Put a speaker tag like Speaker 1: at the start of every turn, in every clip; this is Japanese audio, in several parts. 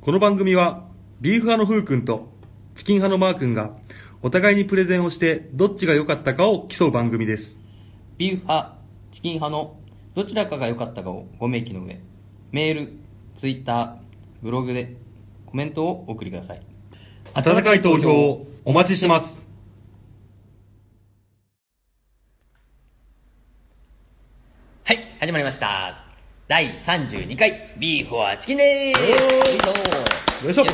Speaker 1: この番組は、ビーフ派のふうくんと、チキン派のマーくんが、お互いにプレゼンをして、どっちが良かったかを競う番組です。
Speaker 2: ビーフ派、チキン派のどちらかが良かったかをご明記の上、メール、ツイッター、ブログでコメントをお送りください。
Speaker 1: 温かい投票をお待ちしてます。
Speaker 3: はい、始まりました。第32回、ビーフォアチキンでーす。
Speaker 1: よいしょ
Speaker 3: よいしょ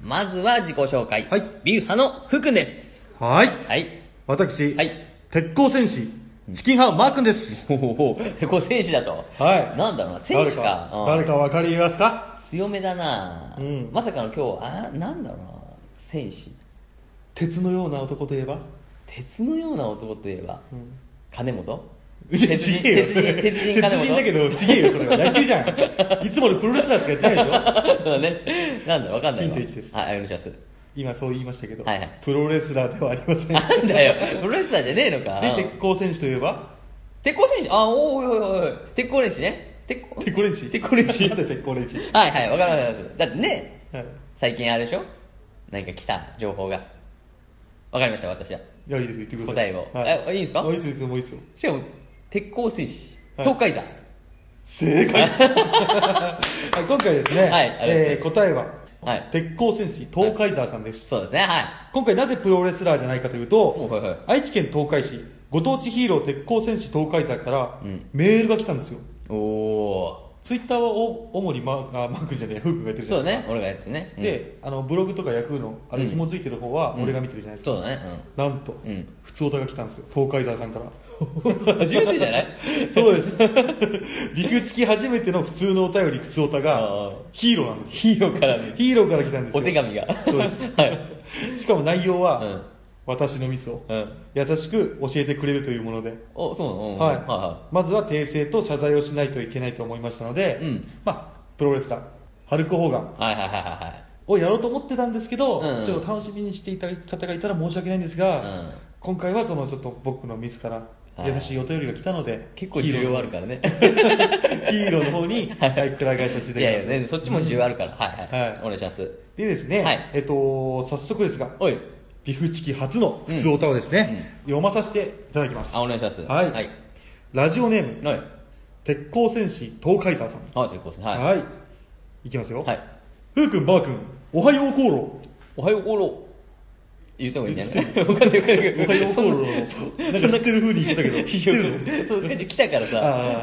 Speaker 3: まずは自己紹介。
Speaker 1: はい
Speaker 3: ビーフ派のふくんです。
Speaker 1: はい。
Speaker 3: はい。
Speaker 1: 私、
Speaker 3: はい
Speaker 1: 鉄鋼戦士、チキン派マーくんです。
Speaker 3: ほうほうほう。こう戦士だと。
Speaker 1: はい
Speaker 3: なんだろうな、戦士か。うん
Speaker 1: 誰かわかりますか
Speaker 3: 強めだな、
Speaker 1: うん
Speaker 3: まさかの今日、あ、なんだろうな、戦士。
Speaker 1: 鉄のような男といえば
Speaker 3: 鉄のような男といえば、
Speaker 1: うん
Speaker 3: 金本
Speaker 1: いやちげえよ
Speaker 3: 鉄人、鉄人金本
Speaker 1: 鉄人だけどちげえよそれは野球じゃんいつものプロレスラーしかやってないでしょ
Speaker 3: そうだ ね。なんだ、わかんないわ。
Speaker 1: ヒント1です
Speaker 3: はい、お願いします。
Speaker 1: 今そう言いましたけど、
Speaker 3: はいはい
Speaker 1: プロレスラーではありません
Speaker 3: なんだよ、プロレスラーじゃねえのか。
Speaker 1: で鉄鋼選手といえば
Speaker 3: 鉄鋼選手あ、おいおいおいおい。鉄鋼練習ね。鉄鋼
Speaker 1: 鉄鋼練習
Speaker 3: 鉄鋼練習
Speaker 1: なんで鉄鋼練習
Speaker 3: はいはい、わかりますわかります。だってね、
Speaker 1: はい
Speaker 3: 最近あれでしょなんか来た情報が。わかりました、私は。
Speaker 1: いやいいですよ言ってください
Speaker 3: 答えをえいいんですか
Speaker 1: あいいですよもういいですよ
Speaker 3: しかも、鉄鋼選手、
Speaker 1: はい
Speaker 3: 東海座。
Speaker 1: 正解はい今回ですね、
Speaker 3: はいありがとうござい
Speaker 1: えー
Speaker 3: ます
Speaker 1: 答えは、
Speaker 3: はい
Speaker 1: 鉄鋼戦士東海沢さんです、
Speaker 3: そうですね、はい。
Speaker 1: 今回なぜプロレスラーじゃないかというと、
Speaker 3: おはいはい
Speaker 1: 愛知県東海市ご当地ヒーロー鉄鋼戦士東海沢から
Speaker 3: うん
Speaker 1: メールが来たんですよ、
Speaker 3: お
Speaker 1: ツイッターはお主にマーあマー君じゃねえ、フー君がやって
Speaker 3: ー。
Speaker 1: るじゃ
Speaker 3: そ
Speaker 1: ない
Speaker 3: うだ
Speaker 1: です
Speaker 3: ね、俺がやってね。
Speaker 1: か。
Speaker 3: うん、
Speaker 1: で、あのブログとかヤフーのあれ
Speaker 3: うん
Speaker 1: 紐づいてる方は
Speaker 3: うん
Speaker 1: 俺が見てるじゃないですか。
Speaker 3: そうだね、
Speaker 1: なんと、
Speaker 3: うん
Speaker 1: 普通オタが来たんですよ、東海沢さんから。
Speaker 3: うん。初めてじゃない
Speaker 1: そうです。陸付き初めての普通のお便り、普通オタ
Speaker 3: あ
Speaker 1: が
Speaker 3: ー
Speaker 1: ヒーローなんですよ。
Speaker 3: ヒーローからの
Speaker 1: ヒーローから来たんですよ。
Speaker 3: お手紙が。
Speaker 1: そうです。
Speaker 3: はい。
Speaker 1: しかも内容は、
Speaker 3: うん
Speaker 1: 私のミスを、
Speaker 3: うん
Speaker 1: 優しく教えてくれるというもので、
Speaker 3: お、そうなのうん
Speaker 1: はい
Speaker 3: はいは
Speaker 1: まずは訂正と謝罪をしないといけないと思いましたので、
Speaker 3: うん
Speaker 1: まあ、プロレスラー、ハルク・ホーガン、
Speaker 3: い。はいはいはいはいはい。
Speaker 1: をやろうと思ってたんですけど、
Speaker 3: うんうん
Speaker 1: ちょっと楽しみにしていただいた方がいたら申し訳ないんですが、
Speaker 3: うん
Speaker 1: 今回はそのちょっと僕のミスから
Speaker 3: はい
Speaker 1: 優しいお便りが来たので、
Speaker 3: 結構需要あるからね。
Speaker 1: ヒーローの方に、はい、くら替えさせて
Speaker 3: い
Speaker 1: いただ
Speaker 3: や
Speaker 1: きま
Speaker 3: いや、
Speaker 1: す。
Speaker 3: 全然そっちも需要あるから。はいはい。
Speaker 1: はい
Speaker 3: お願いします。
Speaker 1: でですね、
Speaker 3: はい
Speaker 1: えっと、早速ですが、
Speaker 3: おい。
Speaker 1: ビフチキ初の普通歌をですね、読まさせていただきます。
Speaker 3: あ、お願いします。
Speaker 1: はい、
Speaker 3: はい。
Speaker 1: ラジオネーム、
Speaker 3: はい。
Speaker 1: 鉄鋼戦士東海沢さん。
Speaker 3: あ、絶好ですね。はい。
Speaker 1: はい。いきますよ。
Speaker 3: はい。
Speaker 1: ふうくん、ばーくん、おはよう功労。
Speaker 3: おはようごろ。言った方がいいんじゃな
Speaker 1: 言っ
Speaker 3: いわかんないわかんない
Speaker 1: おはよう
Speaker 3: そんな
Speaker 1: コールを
Speaker 3: そ
Speaker 1: なんか知ってる風に言ってたけど
Speaker 3: いや
Speaker 1: 知ってるの
Speaker 3: そういう感じ来たから
Speaker 1: あ
Speaker 3: さ、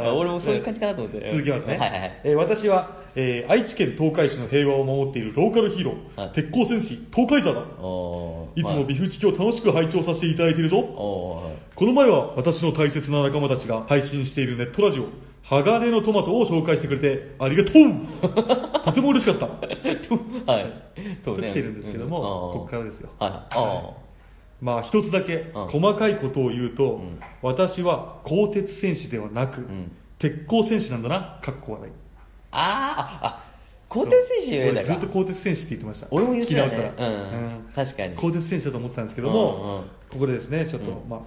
Speaker 1: ー
Speaker 3: 俺もそういう感じかなと思って。
Speaker 1: 続きますね、
Speaker 3: はいはいはい。
Speaker 1: えー私は、えー愛知県東海市の平和を守っているローカルヒーロー、
Speaker 3: はい
Speaker 1: 鉄鋼戦士東海座だ
Speaker 3: おー
Speaker 1: いつも
Speaker 3: ま
Speaker 1: ビフチキを楽しく拝聴させていただいている
Speaker 3: あ
Speaker 1: ぞ
Speaker 3: おーはい
Speaker 1: この前は私の大切な仲間たちが配信しているネットラジオ鋼のトマトを紹介してくれてありが とうとても嬉しかった
Speaker 3: とはい。とね
Speaker 1: 来てるんですけども
Speaker 3: うん
Speaker 1: こっからですよ
Speaker 3: はいはい。あ
Speaker 1: まあ一つだけ
Speaker 3: うん
Speaker 1: 細かいことを言うと、
Speaker 3: うん
Speaker 1: 私は鋼鉄戦士ではなく、
Speaker 3: ん
Speaker 1: 鉄鋼戦士なんだなかっこ笑い
Speaker 3: あ。あーあ、あ、鋼鉄選手
Speaker 1: 俺
Speaker 3: 上だ
Speaker 1: ずっ
Speaker 3: か
Speaker 1: と。鋼鉄戦士って言ってました
Speaker 3: 俺も言ってたね
Speaker 1: 聞き直したら、
Speaker 3: うん確かに
Speaker 1: 鋼鉄戦士だと思ってたんですけど
Speaker 3: うん
Speaker 1: も、
Speaker 3: うん
Speaker 1: ここでですねちょっと、
Speaker 3: うん
Speaker 1: まあ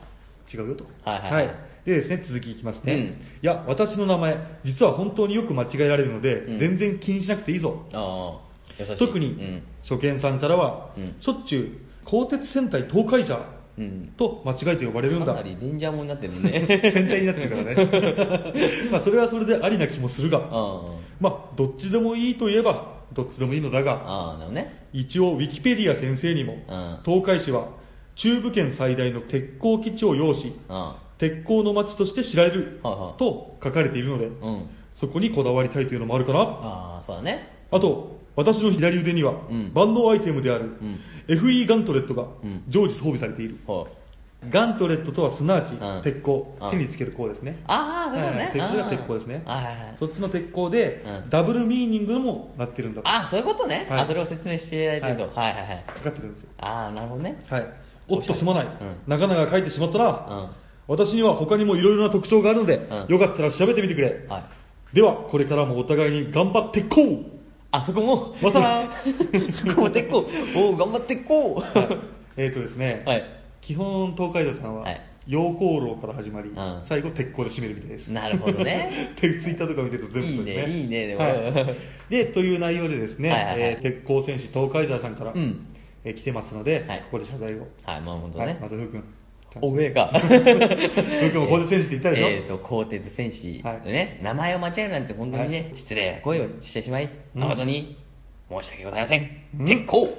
Speaker 1: 違うよと
Speaker 3: はいはいはい
Speaker 1: でですね続きいきますね、
Speaker 3: うん
Speaker 1: いや私の名前実は本当によく間違えられるので、
Speaker 3: うん
Speaker 1: 全然気にしなくていいぞ
Speaker 3: ああ、優しい。
Speaker 1: 特に、初見さんからは、
Speaker 3: うん
Speaker 1: しょっちゅう鋼鉄戦隊東海者
Speaker 3: うん。うん。
Speaker 1: と間違えて呼ばれるん
Speaker 3: か
Speaker 1: だ
Speaker 3: なりレンジャーもんになってるもん ね。
Speaker 1: 戦隊になってるからね まあそれはそれでありな気もする
Speaker 3: うん。
Speaker 1: が
Speaker 3: あ
Speaker 1: まあどっちでもいいといえばどっちでもいいのだが
Speaker 3: あ、なるほどね。
Speaker 1: 一応ウィキペディア先生にも、
Speaker 3: うん
Speaker 1: 東海市は中部圏最大の鉄鋼基地を要し
Speaker 3: あ
Speaker 1: 鉄鋼の町として知られる
Speaker 3: はいはい
Speaker 1: と書かれているので
Speaker 3: あ。うん。
Speaker 1: そこにこだわりたいというのもあるかな
Speaker 3: ああ、そうだね。
Speaker 1: あと私の左腕には
Speaker 3: うん
Speaker 1: 万能アイテムである
Speaker 3: ん
Speaker 1: FE ガントレットが
Speaker 3: うん
Speaker 1: 常時装備されている
Speaker 3: ほう。
Speaker 1: ガントレットとはすなわち
Speaker 3: うん
Speaker 1: 鉄鋼
Speaker 3: うん
Speaker 1: 手につける鋼ですね
Speaker 3: ああ、そういうこ
Speaker 1: はい
Speaker 3: とね
Speaker 1: は。い鉄は鉄鋼ですね
Speaker 3: ああはいはいはい。
Speaker 1: そっちの鉄鋼で
Speaker 3: うん
Speaker 1: ダブルミーニングにもなってるんだと
Speaker 3: ああ、そういうことね。
Speaker 1: はい
Speaker 3: あ、それを説明していただいてると。はいはいはい。
Speaker 1: かかってるんですよ
Speaker 3: ああ、なるほどね。
Speaker 1: はい、おっとすまない、
Speaker 3: うん
Speaker 1: 長々書いてしまったな、
Speaker 3: うん
Speaker 1: 私には他にもいろいろな特徴があるので、
Speaker 3: うん
Speaker 1: よかったら調べてみてくれ、
Speaker 3: はい。
Speaker 1: ではこれからもお互いに頑張ってい こう
Speaker 3: あ、 そこも。
Speaker 1: またな
Speaker 3: そこも鉄鋼。おお、頑張ってこう。
Speaker 1: えーとですね、
Speaker 3: はい
Speaker 1: 基本東海道さんは
Speaker 3: はい
Speaker 1: 溶鉱炉から始まり、
Speaker 3: ん
Speaker 1: 最後鉄鋼で締めるみたいです
Speaker 3: なるほどね
Speaker 1: でツイッターとか見てると全部それ
Speaker 3: いいねいいねでも
Speaker 1: はいでという内容でですね、
Speaker 3: はいはいはい
Speaker 1: えー鉄鋼戦士東海沢さんから、
Speaker 3: うん
Speaker 1: えー来てますので、
Speaker 3: はい
Speaker 1: ここで謝罪を
Speaker 3: はい、まあ本当
Speaker 1: はい
Speaker 3: ね。
Speaker 1: まず ふうくん
Speaker 3: おめえか。
Speaker 1: 僕も鋼鉄戦士って言ったでしょ
Speaker 3: えっ、と、鋼鉄戦士のね、名前を間違えるなんて本当にね、失礼な声をしてしまい、
Speaker 1: うん
Speaker 3: 誠に申し訳ございません。
Speaker 1: うん
Speaker 3: 結構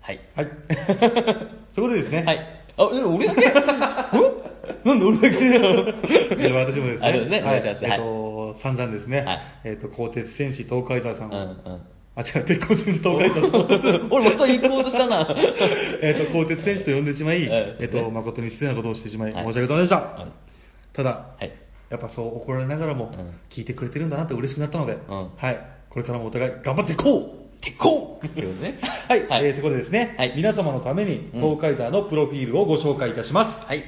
Speaker 3: はい。
Speaker 1: はい そこでですね、
Speaker 3: はい。あ、え、俺だけんなんで俺だけだよ。
Speaker 1: で私もですね、
Speaker 3: あそうですねお願いします
Speaker 1: えっ、と、散々ですね、
Speaker 3: はい
Speaker 1: えっ、と、鋼鉄戦士東海沢さん
Speaker 3: う
Speaker 1: を、
Speaker 3: んうん。
Speaker 1: あ、違う、鉄鋼戦士東海沢さんを、
Speaker 3: 俺また行こうとしたな。
Speaker 1: えっと、鋼鉄選手と呼んでしまい、
Speaker 3: うんそうね
Speaker 1: えっと、誠に失礼なことをしてしまい、
Speaker 3: はい
Speaker 1: 申し訳ございませんでした。
Speaker 3: うん
Speaker 1: ただ、
Speaker 3: はい。
Speaker 1: やっぱそう怒られながらも
Speaker 3: うん、
Speaker 1: 聞いてくれてるんだなって嬉しくなったので、
Speaker 3: ん
Speaker 1: はい、これからもお互い頑張っていこう
Speaker 3: 結構ってことね。
Speaker 1: はい、
Speaker 3: はい
Speaker 1: えーそこでですね、
Speaker 3: はい
Speaker 1: 皆様のために、
Speaker 3: うん
Speaker 1: 東海山のプロフィールをご紹介いたします。
Speaker 3: はい。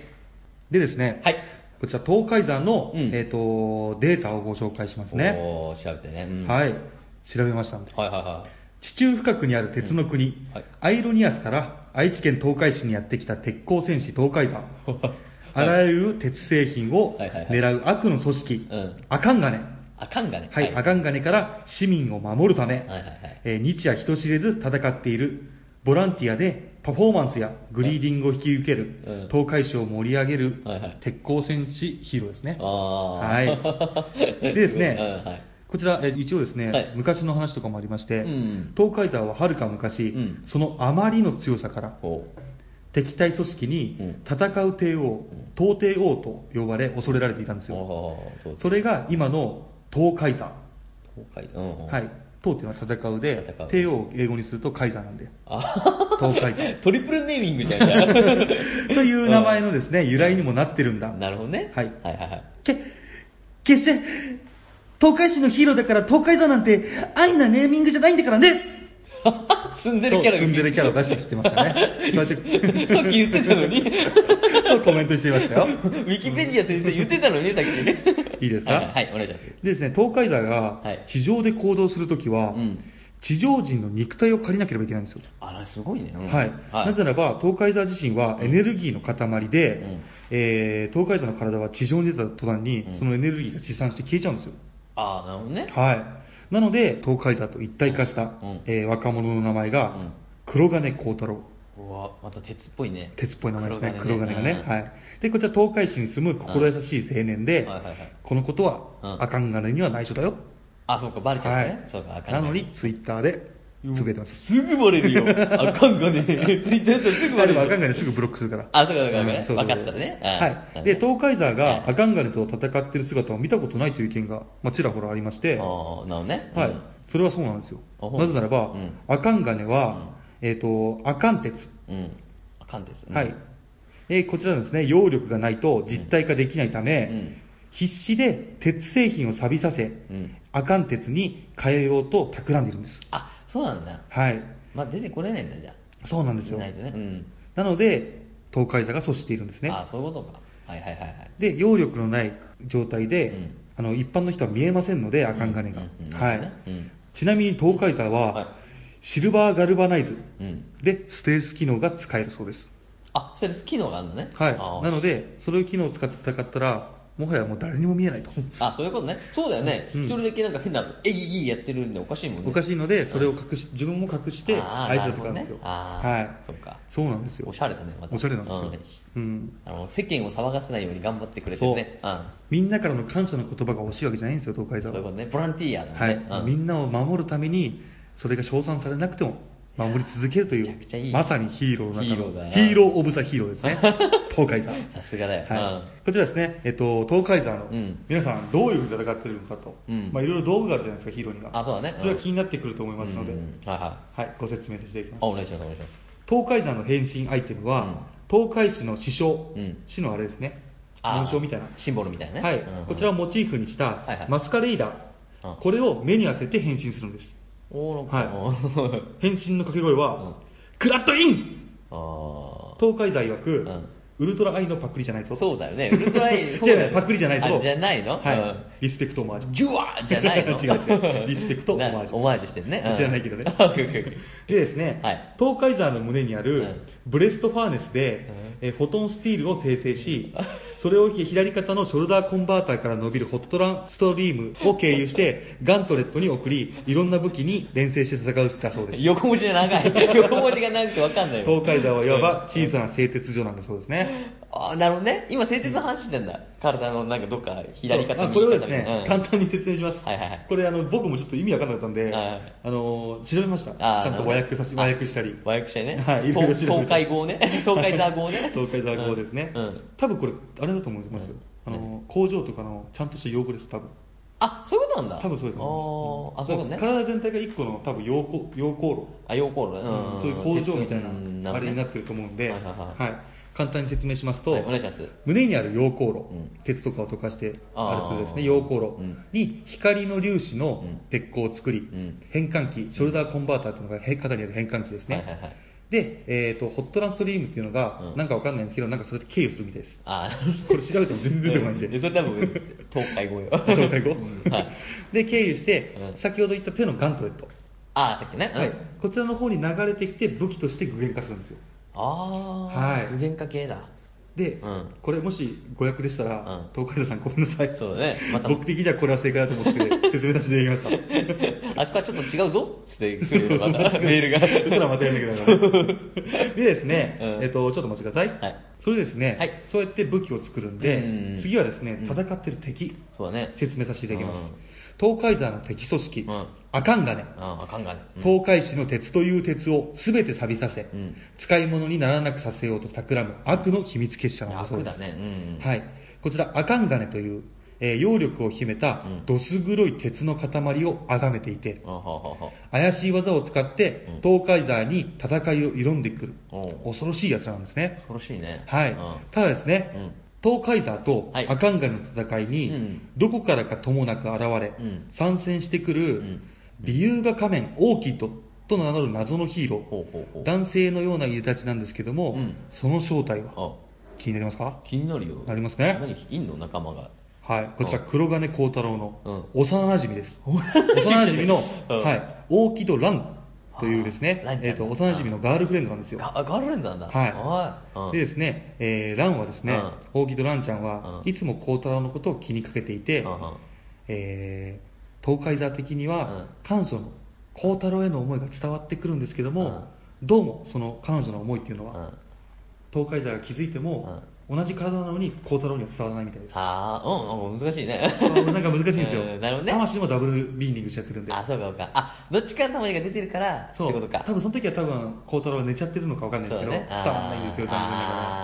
Speaker 1: でですね、
Speaker 3: はい。
Speaker 1: こちら東海山の、
Speaker 3: うん
Speaker 1: えっと、データをご紹介しますね。
Speaker 3: おー、調べてね。うんは
Speaker 1: は
Speaker 3: い
Speaker 1: い、調べましたんで。
Speaker 3: はいは
Speaker 1: 地中深くにある鉄の国、
Speaker 3: うんはい
Speaker 1: アイロニアスから愛知県東海市にやってきた鉄鋼戦士東海 山あらゆる鉄製品を
Speaker 3: はいはいはい
Speaker 1: 狙う悪の組織、
Speaker 3: うん
Speaker 1: アカンガネ、
Speaker 3: い。あかんがね。
Speaker 1: はい
Speaker 3: はい
Speaker 1: アカンガネから市民を守るため、
Speaker 3: はいはい。
Speaker 1: えー日夜人知れず戦っているボランティアでパフォーマンスやグリーディングを引き受ける、
Speaker 3: うん
Speaker 1: 東海市を盛り上げる、
Speaker 3: はいはい
Speaker 1: 鉄鋼戦士ヒーローですね。
Speaker 3: は
Speaker 1: はい。でですね、
Speaker 3: うんはい
Speaker 1: こちら、え一応ですね、
Speaker 3: はい
Speaker 1: 昔の話とかもありまして、
Speaker 3: うん
Speaker 1: 東海沢ははるか昔、
Speaker 3: うん
Speaker 1: そのあまりの強さから、
Speaker 3: おう
Speaker 1: 敵対組織
Speaker 3: う
Speaker 1: に
Speaker 3: ん
Speaker 1: 戦う帝王、東帝王と呼ばれ、恐れられていたんですよ。
Speaker 3: おうどうぞ
Speaker 1: それが今の東海沢。
Speaker 3: 東海道うんうん
Speaker 1: はい。東っていうのは戦うで
Speaker 3: 戦う、
Speaker 1: 帝王を英語にすると海沢なんで、
Speaker 3: あ
Speaker 1: 東海沢。
Speaker 3: トリプルネーミン グじゃんじゃん
Speaker 1: という名前のですね、由来にもなってるんだ。
Speaker 3: なるほどね
Speaker 1: はい
Speaker 3: はいはい はい
Speaker 1: け、決して、東海市のヒーローだから東海座なんて安易なネーミングじゃないんだからね
Speaker 3: 積んでるキャラ
Speaker 1: 積んでるキャラを出してきてま したね。そうやって
Speaker 3: さっき言ってたの にウ
Speaker 1: とコメントしていましたよ。
Speaker 3: ィキペディア先生言ってたのにねさっきね
Speaker 1: いいですか
Speaker 3: はいはいお願いします
Speaker 1: でですね、東海座が
Speaker 3: はい
Speaker 1: 地上で行動するときは、
Speaker 3: うん
Speaker 1: 地上人の肉体を借りなければいけないんですよ。
Speaker 3: あれすごいねうん
Speaker 1: はい、なぜならば、東海座自身はエネルギーの塊で、
Speaker 3: うん
Speaker 1: えー東海座の体は地上に出た途端に、
Speaker 3: うん
Speaker 1: そのエネルギーが持参して消えちゃうんですよ。
Speaker 3: ああなるほどね
Speaker 1: はい、なので、東海座と一体化した、
Speaker 3: うん
Speaker 1: えー若者の名前が、
Speaker 3: うん
Speaker 1: 黒金光太郎。
Speaker 3: うわまた鉄っぽいね
Speaker 1: 鉄っぽい名前ですね、黒
Speaker 3: 黒
Speaker 1: 金
Speaker 3: 金
Speaker 1: が
Speaker 3: ね
Speaker 1: ね、
Speaker 3: うん
Speaker 1: はい。で、こちら東海市に住む心優しい青年で、
Speaker 3: うんはいはいはい
Speaker 1: このこと
Speaker 3: う
Speaker 1: は、
Speaker 3: ん
Speaker 1: 赤ん金には内緒だよ。
Speaker 3: あそうかバレちゃったねそうかあかんが
Speaker 1: な
Speaker 3: ね
Speaker 1: のに、ツイッターで、つぶやいてます。
Speaker 3: すぐバレるよ。あかんがね。ツイッターやったらすぐ
Speaker 1: あ
Speaker 3: バ
Speaker 1: れ
Speaker 3: レる
Speaker 1: は
Speaker 3: よ。
Speaker 1: 赤ん金すぐブロックするから。
Speaker 3: あそうかそうかそうか
Speaker 1: んそ
Speaker 3: 分かったらねうん
Speaker 1: は
Speaker 3: う
Speaker 1: い。
Speaker 3: ん
Speaker 1: で、東海座
Speaker 3: う
Speaker 1: が
Speaker 3: ん
Speaker 1: 赤ん金と戦ってる姿を見たことないという意見が、まあ、ちらほらありまして、は
Speaker 3: ああ、なるほどね。
Speaker 1: い。それはそうなんですよ
Speaker 3: あ。ほん
Speaker 1: なぜならば
Speaker 3: うん、
Speaker 1: 赤ん金は、えっと、赤ん鉄。
Speaker 3: い。うん。あかんです。うん
Speaker 1: はい。えーこちらですね、揚力がないと実体化できないため、
Speaker 3: うん
Speaker 1: 必死で鉄製品を錆びさせ、
Speaker 3: うん
Speaker 1: アカン鉄に変えようと企んでいるんです。
Speaker 3: あ、そうなんだ。
Speaker 1: はい。
Speaker 3: まあ、出てこれないんだ、じゃ
Speaker 1: そうなんです
Speaker 3: あ。
Speaker 1: よ。
Speaker 3: ないとね。うん。
Speaker 1: なので、東海座が阻止しているんですね。
Speaker 3: あそういうことか。はいはいはいはい。
Speaker 1: で、揚力のない状態で、
Speaker 3: うん
Speaker 1: あの一般の人は見えませんので、アカンガネが
Speaker 3: うんうん。うん
Speaker 1: は
Speaker 3: なる
Speaker 1: い
Speaker 3: ほどねうん。
Speaker 1: ちなみに東海座
Speaker 3: はい
Speaker 1: は、シルバーガルバナイズ
Speaker 3: うん。
Speaker 1: でステース機能が使えるそうです。
Speaker 3: あ、それ、機能があるのね。
Speaker 1: はい
Speaker 3: あ。
Speaker 1: なので、それを機能を使って戦ったら、もはやもう誰にも見えないと。
Speaker 3: あ、そういうことね。そうだよね。
Speaker 1: うん
Speaker 3: 一人だけなんか変な、えいいいいやってるんでおかしいもんね。
Speaker 1: おか
Speaker 3: し
Speaker 1: しいので、それを隠し、自分も隠して、相手と戦うんですよ。
Speaker 3: あーなるほどねあ
Speaker 1: は
Speaker 3: ー、
Speaker 1: い。
Speaker 3: そうか。
Speaker 1: そうなんですよ。
Speaker 3: おしゃれだね、また。
Speaker 1: おしゃれなんですよ
Speaker 3: うん。
Speaker 1: うん。
Speaker 3: あの世間を騒がせないように頑張ってくれてるね。うん。
Speaker 1: みんなからの感謝の言葉が惜しいわけじゃないんですよ、東海
Speaker 3: そ
Speaker 1: 道
Speaker 3: ういうこ
Speaker 1: は。
Speaker 3: とね。ボランティアだもん
Speaker 1: はい
Speaker 3: ね。。うん
Speaker 1: みんなを守るために、それが称賛されなくても、守り続けると
Speaker 3: めちゃくちゃ
Speaker 1: い、
Speaker 3: いうい
Speaker 1: まさにヒーローの
Speaker 3: ヒーロ
Speaker 1: 中
Speaker 3: ーだ
Speaker 1: の、
Speaker 3: よ
Speaker 1: ヒーローオブザヒーロー ですね。東海道。は
Speaker 3: さすがだよ。
Speaker 1: い。こちらですね、えっと、東海道の
Speaker 3: うん、
Speaker 1: 皆さんどういうふうに戦ってるのかと、
Speaker 3: うん
Speaker 1: まあいろいろ道具があるじゃないですか、ヒーローには。
Speaker 3: あそうだね
Speaker 1: それが気になってくると思い
Speaker 3: うん。
Speaker 1: ますので
Speaker 3: う、んはいはい。
Speaker 1: はい、ご説明していきます
Speaker 3: あ、。お願いします、お願いします。
Speaker 1: 東海山の変身アイテムは、東海市の師匠、
Speaker 3: うん
Speaker 1: 市のあれですね、
Speaker 3: あー
Speaker 1: 紋章みたいな、
Speaker 3: シンボルみたいなね。
Speaker 1: はい
Speaker 3: うん
Speaker 1: こちらを。モチーフにした
Speaker 3: はいはい
Speaker 1: マスカレイダー、
Speaker 3: うん
Speaker 1: これを目に当てて変身するんです。
Speaker 3: おー、なんか。
Speaker 1: は
Speaker 3: はい
Speaker 1: 変身の掛け声は、
Speaker 3: うん
Speaker 1: クラッとイン
Speaker 3: あ
Speaker 1: 東海山曰く、
Speaker 3: うん
Speaker 1: ウルトラアイのパクリじゃないぞ。
Speaker 3: ー。そうだよね。ウルトライン。そう
Speaker 1: 違う
Speaker 3: だ
Speaker 1: 違
Speaker 3: よ
Speaker 1: う
Speaker 3: ね
Speaker 1: パクリじゃないぞ。
Speaker 3: あじゃないの
Speaker 1: はい、
Speaker 3: うん
Speaker 1: リスペクトオマージュ。
Speaker 3: ジュワーじゃないの
Speaker 1: 違う違うリスペクトオマージュ
Speaker 3: なオマージュしてるね。うん
Speaker 1: 知らないけど ね
Speaker 3: オッケーオッケーオッケー
Speaker 1: でですね、
Speaker 3: はい
Speaker 1: 東海山の胸にあ
Speaker 3: う
Speaker 1: る
Speaker 3: ん
Speaker 1: ブレストファーネスで、
Speaker 3: う
Speaker 1: えーフォトンスティールを生成し、それを左肩のショルダーコンバーターから伸びるホットランストリームを経由して、ガントレットに送り、いろんな武器に連成して戦うしたそうです。
Speaker 3: 横文字が 長い。横文字が長くて分かんないよ。
Speaker 1: 東海山はいわば小さな製鉄所なんだそうですね。
Speaker 3: あーなるほどね。今、製鉄の話してんだ。体のなんかどっか左肩
Speaker 1: そうあ
Speaker 3: に
Speaker 1: これをです
Speaker 3: 右肩
Speaker 1: ね、
Speaker 3: に
Speaker 1: 簡単に説明します。
Speaker 3: はいはいはい
Speaker 1: これあの、僕もちょっと意味わかんなかったんで、
Speaker 3: はい
Speaker 1: あのー調べました。ち
Speaker 3: あー
Speaker 1: ゃんと和訳さし、
Speaker 3: な
Speaker 1: 和
Speaker 3: るほど
Speaker 1: 訳したり。
Speaker 3: 和訳したりね。
Speaker 1: はい、いろいろ
Speaker 3: 東
Speaker 1: 調べて。
Speaker 3: 東海号ね。東海座号ね
Speaker 1: 東海座号ですね。
Speaker 3: うんうん
Speaker 1: 多分これ、あれだと思いますよ。あ
Speaker 3: うん
Speaker 1: のー工場とかのちゃんとした用語です、多分。
Speaker 3: あ、そういうことなんだ。
Speaker 1: 多分そうだと思います。
Speaker 3: あーあ、そういうことね。
Speaker 1: 体全体が一個の多分溶鉱溶鉱炉、
Speaker 3: あ、溶鉱炉ねうん。
Speaker 1: そういう工場みたいな、
Speaker 3: うん
Speaker 1: あれになっ
Speaker 3: る
Speaker 1: てると思うんで、
Speaker 3: はいはいはい
Speaker 1: 簡単に説明します
Speaker 3: ほ
Speaker 1: と、
Speaker 3: どねはいお願いします。
Speaker 1: 胸にある溶鉱炉、
Speaker 3: うん
Speaker 1: 鉄とかを溶かして
Speaker 3: あー
Speaker 1: あるそうですね溶鉱炉
Speaker 3: うん
Speaker 1: に光の粒子の
Speaker 3: うん
Speaker 1: 鉄鋼を作り、
Speaker 3: ん
Speaker 1: 変換器ショルダーコンバーターというのがへ肩にある変換器ですね、
Speaker 3: はいはいはい
Speaker 1: で、えー、とホットランストリームっていうのが、
Speaker 3: うん
Speaker 1: なんかわかんないんですけどなんかそれで経由するみたいです
Speaker 3: あ
Speaker 1: これ調べても全然出てこないんで
Speaker 3: うんそれ多分、東海号よ。
Speaker 1: 東海語
Speaker 3: はい
Speaker 1: で経由して、
Speaker 3: うん
Speaker 1: 先ほど言った手のガントレット、
Speaker 3: あ、さっきね。うん
Speaker 1: はい、こちらの方に流れてきて武器として具現化するんですよ
Speaker 3: あ
Speaker 1: は
Speaker 3: あ
Speaker 1: い、
Speaker 3: 具現化系だ。
Speaker 1: で、
Speaker 3: うん
Speaker 1: これもし誤訳でしたら、
Speaker 3: う
Speaker 1: 東海道さんごめんなさい
Speaker 3: そうだねまた
Speaker 1: 僕的にはこれは正解だと思 って説明なしで言いました
Speaker 3: あそこはちょっと違うぞつって来るのがメールが。
Speaker 1: そしたらまたやんなきゃダメだねでですね、
Speaker 3: うん
Speaker 1: えっとちょっとお待ちください、
Speaker 3: はい
Speaker 1: それでですね、
Speaker 3: はい
Speaker 1: そうやって武器を作るんで、
Speaker 3: うん
Speaker 1: 次はですね
Speaker 3: うん
Speaker 1: 戦ってる敵、
Speaker 3: そうだね。
Speaker 1: 説明させていただきます、
Speaker 3: うん
Speaker 1: 東海山の敵組織、
Speaker 3: うん
Speaker 1: アカンガネ
Speaker 3: ああ、あかんがね。うん
Speaker 1: 東海市の鉄という鉄を全て錆びさせ、
Speaker 3: うん
Speaker 1: 使い物にならなくさせようと企む悪の秘密結社なんだそうです
Speaker 3: 悪だねうんうん
Speaker 1: はい、こちらアカンガネという、えー揚力を秘めた
Speaker 3: うん
Speaker 1: どす黒い鉄の塊を崇めていて、
Speaker 3: あははは
Speaker 1: 怪しい技を使って
Speaker 3: うん
Speaker 1: 東海山に戦いを挑んでくる、
Speaker 3: おう
Speaker 1: 恐ろしいやつなんですね、
Speaker 3: 恐ろしいね。
Speaker 1: はい
Speaker 3: うん
Speaker 1: ただですね、
Speaker 3: うん
Speaker 1: 東海山と
Speaker 3: はい
Speaker 1: アカンガネの戦いに、
Speaker 3: うん
Speaker 1: どこからかともなく現れ、
Speaker 3: うん
Speaker 1: 参戦してく
Speaker 3: う
Speaker 1: る
Speaker 3: ん
Speaker 1: 理由が仮面オーキッドと名乗る謎のヒーロー、
Speaker 3: ほうほうほう。
Speaker 1: 男性のようないでたちなんですけども、
Speaker 3: うん
Speaker 1: その正体は
Speaker 3: あ
Speaker 1: 気になりますか
Speaker 3: 気になるよ。
Speaker 1: なりますね
Speaker 3: 何、いんの仲間が。
Speaker 1: はい、こちら黒金光太郎の
Speaker 3: う
Speaker 1: 幼馴染 です。幼馴染の、
Speaker 3: うん
Speaker 1: はい、大木戸蘭というですね
Speaker 3: あー蘭、ちゃん
Speaker 1: えっ、と、幼馴染のガールフレンドなんですよ。
Speaker 3: あ、あガールフレンドなんだ。
Speaker 1: はい、
Speaker 3: おいうん
Speaker 1: でですね、えー、蘭はですね、大木戸蘭ちゃんは、
Speaker 3: うん
Speaker 1: いつも光太郎のことを気にかけていて、
Speaker 3: うんうん
Speaker 1: えー東海座的には、
Speaker 3: うん
Speaker 1: 彼女の光太郎への思いが伝わってくるんですけども、どうもその彼女の思いっていうのは、
Speaker 3: うん
Speaker 1: 東海座が気づいても、同じ体なのに光太郎には伝わらないみたいです
Speaker 3: ああ、うん、うん難しいね。
Speaker 1: なんか難しいんですよ
Speaker 3: う なるほどね。
Speaker 1: 魂もダブルミーニングしちゃってるんで
Speaker 3: あ、そうか、そうか。あ、どっちかの名前が出てるから、ってことか。
Speaker 1: 多分その時は多分孝太郎は寝ちゃってるのか分かんないですけど、
Speaker 3: そうね
Speaker 1: 伝わらないんですよ残念な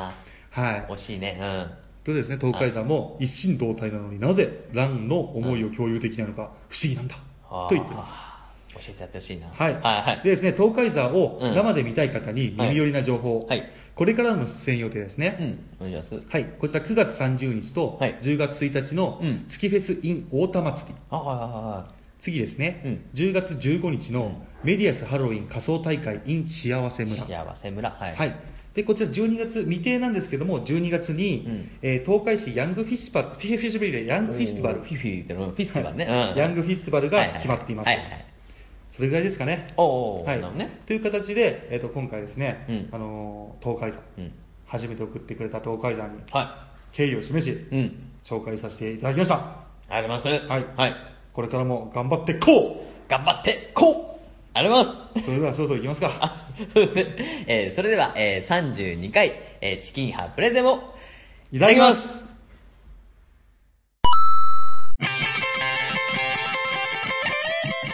Speaker 3: あ
Speaker 1: がらはい
Speaker 3: 惜しいね。うん。
Speaker 1: ということでですね東海山も一心同体なのになぜ蘭の思いを共有できないのか不思議なんだ
Speaker 3: あー
Speaker 1: と言ってます
Speaker 3: 教えてやってほしいな。
Speaker 1: はい、
Speaker 3: はい、はい。
Speaker 1: でですね東海山を
Speaker 3: うん
Speaker 1: 生で見たい方に耳寄りな情報、
Speaker 3: はいはい
Speaker 1: これからの出演予定ですね、
Speaker 3: うん、お願いします。
Speaker 1: はい、こちら9月30日と
Speaker 3: はい
Speaker 1: 10月1日の
Speaker 3: うん
Speaker 1: 月フェス in 太田祭り、
Speaker 3: あ、はい、は
Speaker 1: 次ですね、
Speaker 3: うん
Speaker 1: 10月15日のメディアスハロウィン仮装大会 in 幸せ
Speaker 3: い、はい。
Speaker 1: 村、
Speaker 3: 幸せ村。はい。
Speaker 1: はい、でこちら12月未定なんですけども12月に、
Speaker 3: うん
Speaker 1: えー東海市ヤングフィッシュパフィフィッシュビルヤングフィスティバル、
Speaker 3: フィフィってのフィスティバルね。
Speaker 1: はい
Speaker 3: うん。
Speaker 1: ヤングフィスティバルが決まっています
Speaker 3: はいはいはい。
Speaker 1: それぐらいですかね
Speaker 3: お
Speaker 1: は
Speaker 3: ー
Speaker 1: い
Speaker 3: なるほどね
Speaker 1: という形で、えー、と今回ですね、
Speaker 3: うん
Speaker 1: あのー東海山、
Speaker 3: うん
Speaker 1: 初めて送ってくれた東海山に
Speaker 3: は
Speaker 1: 敬意を示し、
Speaker 3: い。うん。
Speaker 1: 紹介させていただきましたは
Speaker 3: ありがとうございます。
Speaker 1: い、
Speaker 3: はい。
Speaker 1: これからも頑張ってこ
Speaker 3: 頑張って、こうありがとうございます。
Speaker 1: うそれではそろそろいきますか
Speaker 3: あ、そうですね。えーそれでは、えー32回、えーチキンハプレゼンを、
Speaker 1: いただきます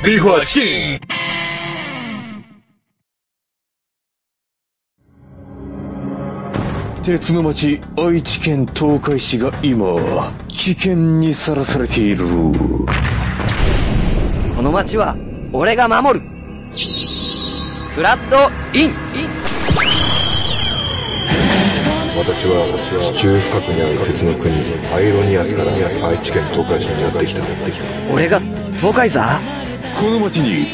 Speaker 4: 逼迫器。
Speaker 5: 鉄の町、愛知県東海市が今、危険にさらされている。
Speaker 6: この街は、俺が守るフラッドイン
Speaker 7: 私は地中深くにある鉄の国アイロニアスから愛知県東海市にやってきた
Speaker 6: 俺が、東海座
Speaker 5: この町に、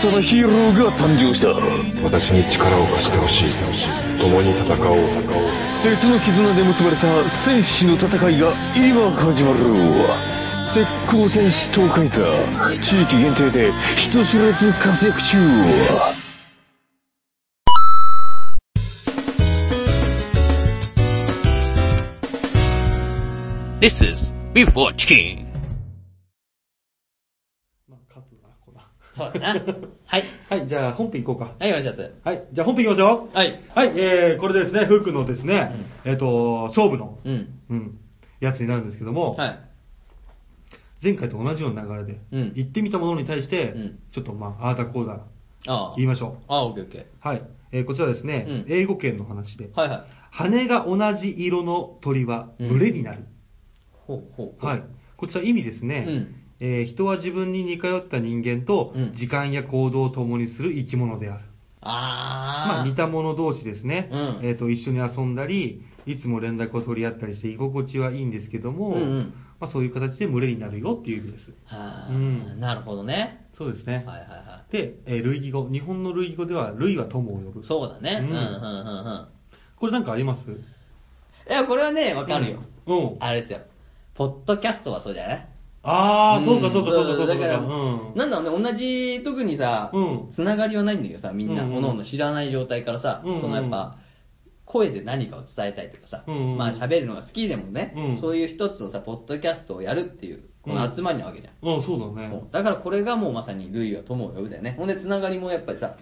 Speaker 5: 新たなヒーローが誕生した。
Speaker 7: 私に力を貸してほしい共に戦おう
Speaker 5: 鉄の絆で結ばれた戦士の戦いが今始まる。鉄鋼戦士東海座、地域限定で人知れず活躍中。
Speaker 4: This is Beef for Chicken.
Speaker 1: まあ、勝つな、ここな。
Speaker 3: そうだな はい。
Speaker 1: はい、じゃあ本編行こうか。
Speaker 3: はい、お願いします。
Speaker 1: はい、じゃあ本編行きましょう。
Speaker 3: はい。
Speaker 1: はい、えー、これですね、フックのですね、えっ、と、勝負の、
Speaker 3: うん。
Speaker 1: うん、やつになるんですけども、
Speaker 3: はい。
Speaker 1: 前回と同じような流れで、
Speaker 3: うん
Speaker 1: 行ってみたものに対して、
Speaker 3: うん
Speaker 1: ちょっとまあ、あーだこうだ
Speaker 3: ああ。
Speaker 1: 言いましょ
Speaker 3: ああ、オッケーオッケ
Speaker 1: う。はい、えー、こちらですね、
Speaker 3: うん
Speaker 1: 英語圏の話で、
Speaker 3: ー。はいはい。
Speaker 1: 羽が同じ色の鳥は
Speaker 3: うん
Speaker 1: 群れになる。
Speaker 3: ほうほうほう。
Speaker 1: はい。こちら意味ですね、
Speaker 3: うん
Speaker 1: えー人は自分に似通った人間と
Speaker 3: うん
Speaker 1: 時間や行動を共にする生き物である。まあ、
Speaker 3: あ
Speaker 1: 似
Speaker 3: あ。
Speaker 1: た者同士ですね、
Speaker 3: うん
Speaker 1: えーと一緒に遊んだりいつも連絡を取り合ったりして居心地はいいんですけども、
Speaker 3: うんうん
Speaker 1: まあ、そういう形で群れになるよっていう意味です
Speaker 3: はあ、
Speaker 1: うん
Speaker 3: なるほどね。
Speaker 1: そうです
Speaker 3: は
Speaker 1: ね
Speaker 3: い、はいは
Speaker 1: で、えー類義語日本の類義語では類は友を呼ぶ
Speaker 3: い。そうだね。
Speaker 1: う
Speaker 3: うんん、うん、うん、うん。
Speaker 1: これなんかあります
Speaker 3: いや、これはね、わかるよ。
Speaker 1: うん
Speaker 3: あれですよ。ポッドキャストはそうじゃない
Speaker 1: ああ、
Speaker 3: ん
Speaker 1: そうかそうかそうかそうか
Speaker 3: だから、
Speaker 1: うん
Speaker 3: なんだろうね、同じ、特にさ
Speaker 1: うん、
Speaker 3: つながりはないんだけどさ、みんな、
Speaker 1: うんうん
Speaker 3: 各々知らない状態からさ
Speaker 1: うんうん、
Speaker 3: そのやっぱ、声で何かを伝えたいとかさ、
Speaker 1: うんうん
Speaker 3: まあ喋るのが好きでも
Speaker 1: う
Speaker 3: ね
Speaker 1: ん、
Speaker 3: そういう一つのさ、ポッドキャストをやるっていう、この集まりなわけじゃん。
Speaker 1: うんそうだね
Speaker 3: だからこれがもうまさに類は友を呼ぶだよね。ほんで、つながりもやっぱりさ、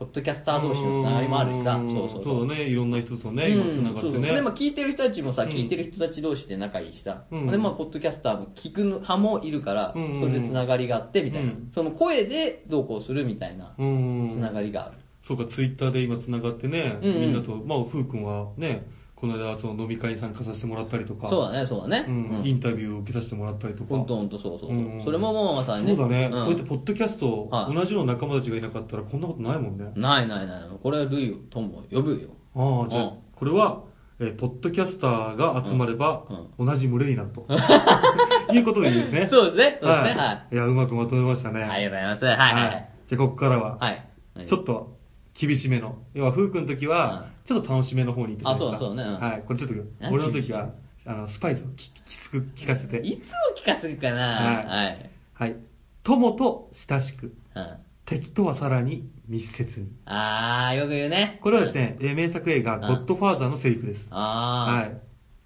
Speaker 3: ポッドキャスター同士のつながりもあるしさ、
Speaker 1: ん
Speaker 3: そうそう
Speaker 1: だねいろんな人とね
Speaker 3: う
Speaker 1: 今
Speaker 3: ん
Speaker 1: つながって
Speaker 3: そうそう
Speaker 1: ね、
Speaker 3: で、まあ、聞いてる人たちもさ、
Speaker 1: うん
Speaker 3: 聞いてる人たち同士で仲いいしさ、
Speaker 1: うん
Speaker 3: で、まあ、ポッドキャスターも聞く派もいるから、
Speaker 1: うんうんうん
Speaker 3: それでつながりがあって、みたいな、
Speaker 1: うん
Speaker 3: その声でどうこうするみたいな、
Speaker 1: うん
Speaker 3: つながりがある。
Speaker 1: そうか、ツイッターで今つながってね、
Speaker 3: うんうん
Speaker 1: みんなと、まあ、ふうくんはね、この間、その飲み会に参加させてもらったりとか、
Speaker 3: そうだね、そうだね。
Speaker 1: うんインタビューを受けさせてもらったりとか。
Speaker 3: ほんとほんと、そうそうそう。
Speaker 1: うん
Speaker 3: それももうまさにね。
Speaker 1: そうだね、
Speaker 3: ん
Speaker 1: こうやってポッドキャスト、
Speaker 3: はい
Speaker 1: 同じような仲間たちがいなかったら、こんなことないもんね。
Speaker 3: ないないないない。これは類を友を呼ぶよ。
Speaker 1: ああ、じゃ
Speaker 3: うん
Speaker 1: あ、これは、えーポッドキャスターが集まれば、同じ群れになる と。いうことでいいですね。
Speaker 3: そうですねそうですね
Speaker 1: は。
Speaker 3: はい
Speaker 1: いや、うまくまとめましたね。
Speaker 3: ありがとうございます。はいはいは
Speaker 1: はいい。じゃあ、ここからは、
Speaker 3: はい。はい
Speaker 1: ちょっと厳しめの。要は、ふうくんの時はち
Speaker 3: うん、
Speaker 1: ょっと楽しめの方に行ってた
Speaker 3: あそうそうねうん
Speaker 1: はい。これちょっと、
Speaker 3: 何
Speaker 1: 俺の時は、あの、スパイスをきききつく聞かせて。
Speaker 3: いつも聞かせるかな
Speaker 1: は
Speaker 3: はい。
Speaker 1: はい。友と親しく、
Speaker 3: うん
Speaker 1: 敵とはさらに密接に。
Speaker 3: あー、よく言うね。
Speaker 1: これはですね、えー名作映画、
Speaker 3: ん
Speaker 1: ゴッドファーザーのセリフです。は
Speaker 3: あ
Speaker 1: い。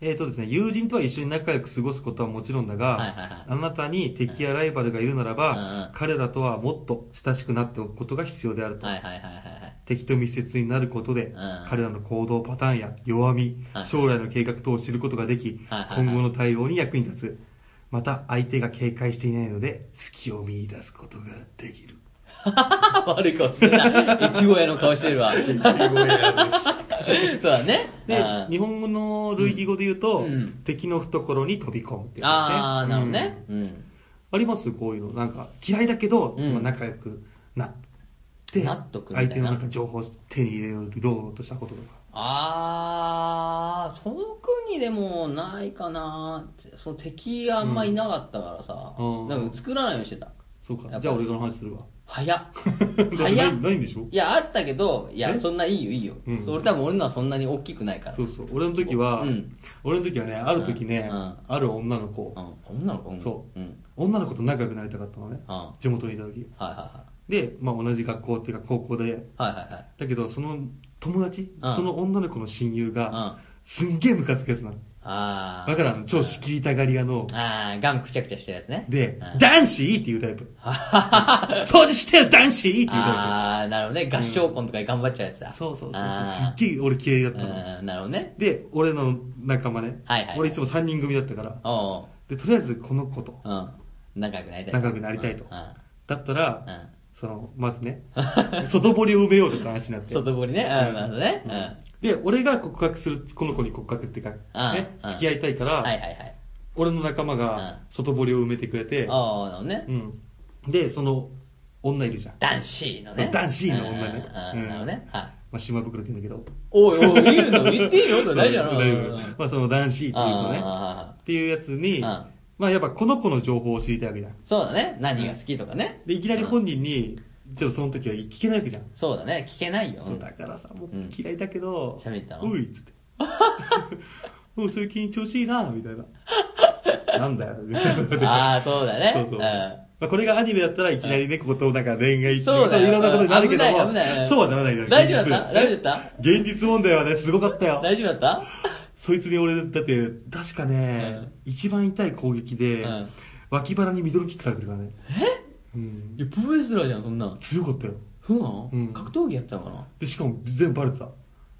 Speaker 1: えーとですね、友人とは一緒に仲良く過ごすことはもちろんだが、
Speaker 3: はいはいはい
Speaker 1: あなたに敵やライバルがいるならば、
Speaker 3: うん
Speaker 1: 彼らとはもっと親しくなっておくことが必要であると。
Speaker 3: ー。はいはいはいはいはい。
Speaker 1: 敵と密接になることで、
Speaker 3: ん
Speaker 1: 彼らの行動パターンや弱み、
Speaker 3: はい
Speaker 1: 将来の計画等を知ることができ、
Speaker 3: はいはいはい
Speaker 1: 今後の対応に役に立つ。また、相手が警戒していないので、隙を見出すことができる。
Speaker 3: 悪い顔してるな。いちご屋の顔してるわ。そうだね。
Speaker 1: で
Speaker 3: あ、ー
Speaker 1: 日本語の類義語で言うと、
Speaker 3: うんうん
Speaker 1: 敵の懐に飛び込むってやつですね。
Speaker 3: あー、なるほど
Speaker 1: うん
Speaker 3: ね。うん。
Speaker 1: ありますこういうの。なんか、嫌いだけど、
Speaker 3: うん
Speaker 1: まあ仲良くなって、
Speaker 3: なっとくみたい
Speaker 1: 相
Speaker 3: な
Speaker 1: 手のなんか情報を手に入れようとしたこととか。
Speaker 3: あー、特にでもないかな。その敵あんまいなかったからさ
Speaker 1: うん。
Speaker 3: なんか作らないようにしてた。
Speaker 1: そう
Speaker 3: やっ
Speaker 1: か。
Speaker 3: ぱ
Speaker 1: じゃあ俺の話するわ。。
Speaker 3: 早っ早 っ
Speaker 1: ない。ないんでしょ
Speaker 3: いや、あったけど、いや、
Speaker 1: え
Speaker 3: そんないいよ、いいよ
Speaker 1: うん。
Speaker 3: 俺多分俺のはそんなに大きくないから。
Speaker 1: そうそう。俺の時は、
Speaker 3: うん
Speaker 1: 俺の時はね、ある時ね、
Speaker 3: うんうん
Speaker 1: ある女の子、
Speaker 3: うん。女の子うん
Speaker 1: そう
Speaker 3: うん。
Speaker 1: 女の子と仲良くなりたかったのね。
Speaker 3: うん
Speaker 1: 地元にいた時。
Speaker 3: はいは
Speaker 1: で、まあ同じ学校っていうか高校で、
Speaker 3: いはい。はいはいはい。
Speaker 1: だけどその友達、
Speaker 3: うん
Speaker 1: その女の子の親友が、
Speaker 3: うん
Speaker 1: すんげえムカつくやつなの。
Speaker 3: あー。
Speaker 1: だから超仕切りたがり屋の、
Speaker 3: あー、ガムくちゃくちゃしてるやつね。
Speaker 1: で
Speaker 3: う、ん
Speaker 1: 男子っていうタイプ。 掃除してよ男子っていうタイ
Speaker 3: あー、なるほどね。合唱コンとかで頑張っちゃうやつだ。
Speaker 1: プ。そうそうそうそう。す
Speaker 3: あ
Speaker 1: っ
Speaker 3: ー
Speaker 1: げえ俺嫌いだったの。
Speaker 3: うんなるほどね。
Speaker 1: で、俺の仲間ね。
Speaker 3: はいはいはい
Speaker 1: 俺いつも3人組だったから。
Speaker 3: おう
Speaker 1: で、とりあえずこの子と
Speaker 3: うん。仲良くなりたい。
Speaker 1: 仲良くなりたいと
Speaker 3: うんうん
Speaker 1: だったら、
Speaker 3: うん
Speaker 1: その、まずね、外堀を埋めようとって話になって。
Speaker 3: 外堀ね。うん、なるほどね。うん。
Speaker 1: で、俺が告白する、この子に告白っていうか、
Speaker 3: うん
Speaker 1: ね、
Speaker 3: うん
Speaker 1: 付き合いたいか
Speaker 3: はいはい
Speaker 1: ら、
Speaker 3: はい。
Speaker 1: 俺の仲間が外堀を埋めてくれて、
Speaker 3: おー、なるほどね
Speaker 1: う。ん。で、その、女いるじゃん。
Speaker 3: 男子のね。
Speaker 1: 男子の女ね
Speaker 3: うん
Speaker 1: う
Speaker 3: うんんなるほどね。はい。
Speaker 1: まあ、島袋って言うんだけど。
Speaker 3: おいおい、言うの 言っていいよ大丈夫
Speaker 1: 大丈夫まあ、その男子っていうのね。
Speaker 3: あ
Speaker 1: っていうやつに、
Speaker 3: うん
Speaker 1: まあ、やっぱこの子の情報を知りたいわけじゃん。
Speaker 3: そうだね。何が好きとかね。
Speaker 1: で、いきなり本人に、ちょっとその時は聞けないわけじゃん。
Speaker 3: そうだね。聞けないよ。
Speaker 1: そうだからさ、もう
Speaker 3: うん
Speaker 1: 嫌いだけど、
Speaker 3: 喋ったの
Speaker 1: おいっつ って。おい、それ緊張しいな、みたいな。なんだよ。
Speaker 3: ああ、そうだね。
Speaker 1: そうそう。
Speaker 3: ん
Speaker 1: まあ、これがアニメだったらいきなりね、こことなんか恋愛
Speaker 3: そうだよ
Speaker 1: いろんなことになるけども、
Speaker 3: 危ない危ない
Speaker 1: そうはならないよ
Speaker 3: 大丈夫だった
Speaker 1: 現実
Speaker 3: 大丈夫だっ
Speaker 1: 現実問題はね、すごかったよ。
Speaker 3: 大丈夫だった
Speaker 1: そいつに俺、だって、確かね、
Speaker 3: うん
Speaker 1: 一番痛い攻撃で、
Speaker 3: うん
Speaker 1: 脇腹にミドルキックされてるからね。え、うん、
Speaker 3: いや、プロレスラーじゃん、そんなん。
Speaker 1: 強かったよ。
Speaker 3: そうなの、
Speaker 1: うん
Speaker 3: 格闘技やってたのかな
Speaker 1: で、しかも全部バレてた。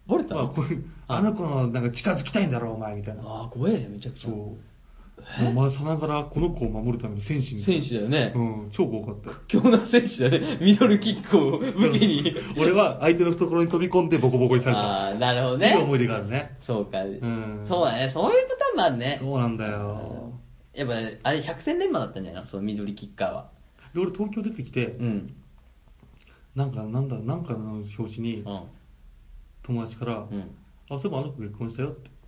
Speaker 3: バレた、
Speaker 1: まあ、これあの子のなんか近づきたいんだろ、お前、みたいな。
Speaker 3: ああ、怖えじゃん、めちゃくちゃ。
Speaker 1: そう。お前さながらこの子を守るための戦士みたい
Speaker 3: 選
Speaker 1: な。
Speaker 3: 手だよね。
Speaker 1: うん、超怖かったよ。
Speaker 3: 強な選手だね。ミドルキックを武器に。
Speaker 1: 俺は相手の懐に飛び込んでボコボコにされた。
Speaker 3: ああ、なるほど
Speaker 1: いい
Speaker 3: ね。
Speaker 1: 思い出があるね。
Speaker 3: そうか、
Speaker 1: ん
Speaker 3: そうだね。そういうパターンもあるね。
Speaker 1: そうなんだよ。
Speaker 3: やっぱね、あれ百戦錬磨だったんじゃないのそのミドルキッカーは。
Speaker 1: で、俺東京出てきて、
Speaker 3: うん。
Speaker 1: なんか、なんだ、なんかの表紙に
Speaker 3: う、ん。
Speaker 1: 友達から、
Speaker 3: うん。
Speaker 1: あ、そういえばあの子結婚したよって。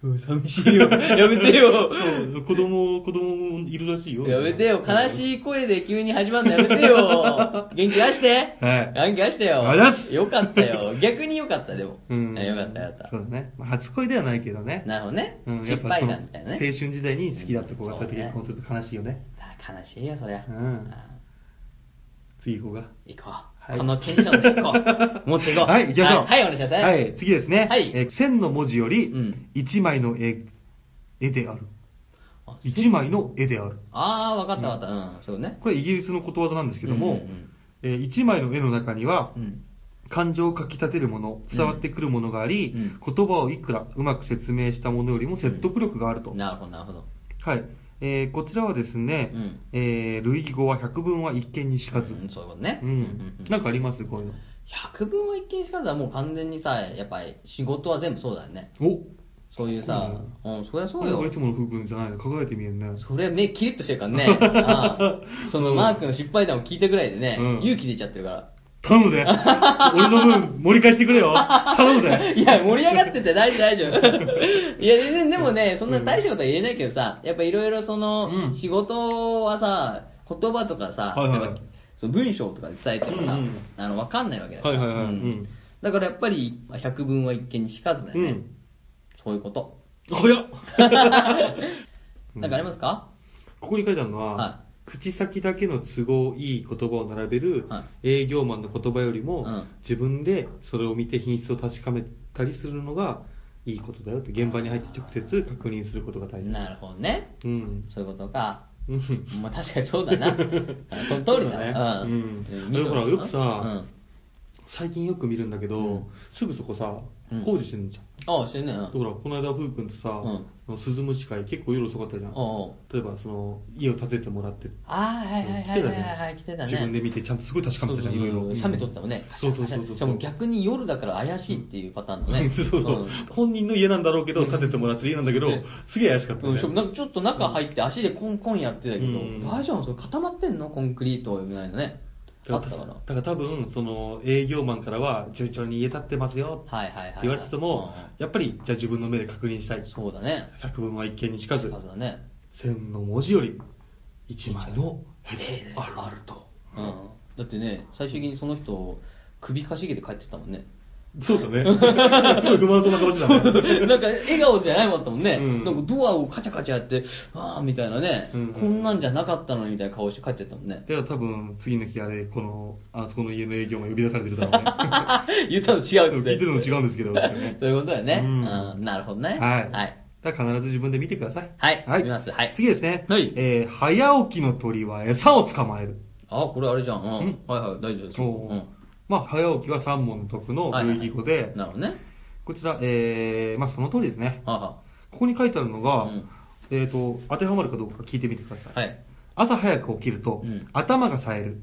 Speaker 3: うわ寂しいよ。 やめてよ。
Speaker 1: そう子供、子供もいるらしいよ。
Speaker 3: やめてよ。悲
Speaker 1: い。
Speaker 3: しい声で急に始まるのやめ てよ。元気出して。
Speaker 1: はい
Speaker 3: 元気出してよ。
Speaker 1: ありがとうございます
Speaker 3: よかったよ。逆によかった、でも。
Speaker 1: うん。
Speaker 3: あよかった、よかっ
Speaker 1: そう
Speaker 3: た。
Speaker 1: だね。まあ、初恋ではないけどね。
Speaker 3: なるほどね。
Speaker 1: うん、や
Speaker 3: 失
Speaker 1: っぱ
Speaker 3: 敗談みたいな
Speaker 1: 青春
Speaker 3: ね。
Speaker 1: 時代に好きだった子がそうやって結婚すると悲しいよね。
Speaker 3: あ悲しいよ、そりゃ。
Speaker 1: うん
Speaker 3: あ
Speaker 1: 次行こうか。
Speaker 3: 行こう、
Speaker 1: はい
Speaker 3: このテンションで行こう。持っていこう。
Speaker 1: はい、行きましょう。
Speaker 3: はい、はいお願いします。
Speaker 1: はい、次ですね。
Speaker 3: はい
Speaker 1: えー線の文字より
Speaker 3: うん、
Speaker 1: 一枚の絵、絵である。
Speaker 3: あ
Speaker 1: 一枚の絵である。
Speaker 3: ああ、わかったわかった。うん、そうね。
Speaker 1: これイギリスのことわざなんですけど
Speaker 3: うん
Speaker 1: も
Speaker 3: うんうん、
Speaker 1: えー一枚の絵の中には
Speaker 3: う、ん。
Speaker 1: 感情をかき立てるもの、伝わってくるものがあり、
Speaker 3: うん
Speaker 1: 言葉をいくらうまく説明したものよりも説得力があると。
Speaker 3: なるほど、なるほど。
Speaker 1: はい。えーこちらはですね、
Speaker 3: うん
Speaker 1: えー類義語は百聞は一見にしかず。
Speaker 3: うん、そういうことね。
Speaker 1: うん。なんかありますこういうの。
Speaker 3: 百分は一見しかずはもう完全にさ、やっぱり仕事は全部そうだよね。
Speaker 1: お
Speaker 3: そういうさ、うん、そりゃそ
Speaker 1: こ
Speaker 3: う
Speaker 1: れが
Speaker 3: よ
Speaker 1: い。つもの福君じゃないの輝いて見えるね。
Speaker 3: そりゃ目キリッとしてるから ね。ああそのマークの失敗談を聞いたぐらいでね、
Speaker 1: うん
Speaker 3: 勇気出ちゃってるから。
Speaker 1: 頼 むぜ俺の分盛り返してくれよ頼むぜ
Speaker 3: いや、盛り上がってて大丈夫、大丈 夫。いや、全然でもね、そんな大したことは言えないけどさ、やっぱいろいろそ
Speaker 1: うん
Speaker 3: の、仕事はさ、言葉とかさ、
Speaker 1: はいはいはい
Speaker 3: やっぱその文章とかで伝えてもさ、
Speaker 1: うんうん
Speaker 3: あの、わかんないわけだか
Speaker 1: はい
Speaker 3: ら。
Speaker 1: はいはい。う
Speaker 3: うんん。だからやっぱり、まあ百聞は一見にしかずだよね。
Speaker 1: うん
Speaker 3: そういうこと。
Speaker 1: 早っ
Speaker 3: なんかありますか、
Speaker 1: ここに書いてあるのは、
Speaker 3: は
Speaker 1: 口先だけの都合いい言葉を並べる
Speaker 3: は
Speaker 1: 営業マンの言葉よりも、
Speaker 3: うん
Speaker 1: 自分でそれを見て品質を確かめたりするのがいいことだよって現場に入って直接確認することが大事
Speaker 3: なるほどね。
Speaker 1: うん
Speaker 3: そういうことか。
Speaker 1: うん
Speaker 3: まあ確かにそう だな。あその通り
Speaker 1: そう
Speaker 3: だ
Speaker 1: だ
Speaker 3: な。
Speaker 1: ねうん
Speaker 3: 緑
Speaker 1: だからよくさ
Speaker 3: うん
Speaker 1: 最近よく見るんだけど、
Speaker 3: うん
Speaker 1: すぐそこさ
Speaker 3: うん
Speaker 1: 工事してるじゃん、
Speaker 3: ああ、してんね。うん
Speaker 1: だからこの間ふうくんとさ、
Speaker 3: うん
Speaker 1: あの鈴虫会結構夜遅かったじゃん、
Speaker 3: おうおう
Speaker 1: 例えばその家を建ててもらって
Speaker 3: ああ、はいはいはいはいはいはい、来てたね。
Speaker 1: 自分で見てちゃんとすごい確かめてたじゃんいろいろ
Speaker 3: 写メ撮ったもんね。
Speaker 1: そうそうそうそう
Speaker 3: しかも逆に夜だから怪しいっていうパターンの ね。
Speaker 1: そうそう本人の家なんだろうけど建ててもらってる家なんだけどすげえ怪しかった
Speaker 3: うん、
Speaker 1: ね
Speaker 3: しかもなんかちょっと中入って足でコンコンやってたけど、
Speaker 1: うん
Speaker 3: 大丈夫それ固まってんのコンクリートみたいなね。あ
Speaker 1: だ
Speaker 3: っ
Speaker 1: か
Speaker 3: た
Speaker 1: ら
Speaker 3: から。
Speaker 1: だから多分その営業マンからは順調に家建ってますよって
Speaker 3: はいはいはいはい。
Speaker 1: 言われてても
Speaker 3: うん
Speaker 1: やっぱりじゃあ自分の目で確認したい
Speaker 3: そうだね。
Speaker 1: 百分は一見にしかず
Speaker 3: 数だね。
Speaker 1: 千の文字より一枚の絵である
Speaker 3: あると。うん。だってね、最終的にその人、首かしげて帰ってったもんね。
Speaker 1: そうだ ねすごい不満そうな顔してたね
Speaker 3: なんか笑顔じゃないもんだったもんね、
Speaker 1: うん
Speaker 3: なんかドアをカチャカチャやって、あーみたいなね、
Speaker 1: うんうん
Speaker 3: こんなんじゃなかったのにみたいな顔して帰ってったもんね。
Speaker 1: では多分次の日あれこのあそこの家の営業マン呼び出されてるだろうね
Speaker 3: 言ったの違う
Speaker 1: 聞
Speaker 3: っ
Speaker 1: い
Speaker 3: て。
Speaker 1: てるの違うんですけどってね
Speaker 3: そういうことだよね、
Speaker 1: う
Speaker 3: うんんなるほどね。
Speaker 1: はい。
Speaker 3: はい。
Speaker 1: だから必ず自分で見てください。
Speaker 3: はい見ますはい
Speaker 1: 次ですね。
Speaker 3: はい
Speaker 1: えー早起きの鳥は餌を捕まえる。
Speaker 3: あ、これあれじゃん。うん。
Speaker 1: うん
Speaker 3: はいはい、大丈夫です。
Speaker 1: おー
Speaker 3: ん
Speaker 1: まあ、早起きは三問の得の類義語で、
Speaker 3: なるほどね。
Speaker 1: こちら、えー、まあ、その通りですね。
Speaker 3: はあは
Speaker 1: ここに書いてあるのが、
Speaker 3: うん
Speaker 1: えっ、と、当てはまるかどうか聞いてみてください。
Speaker 3: あはい。
Speaker 1: 朝早く起きると、
Speaker 3: うん
Speaker 1: 頭が冴える。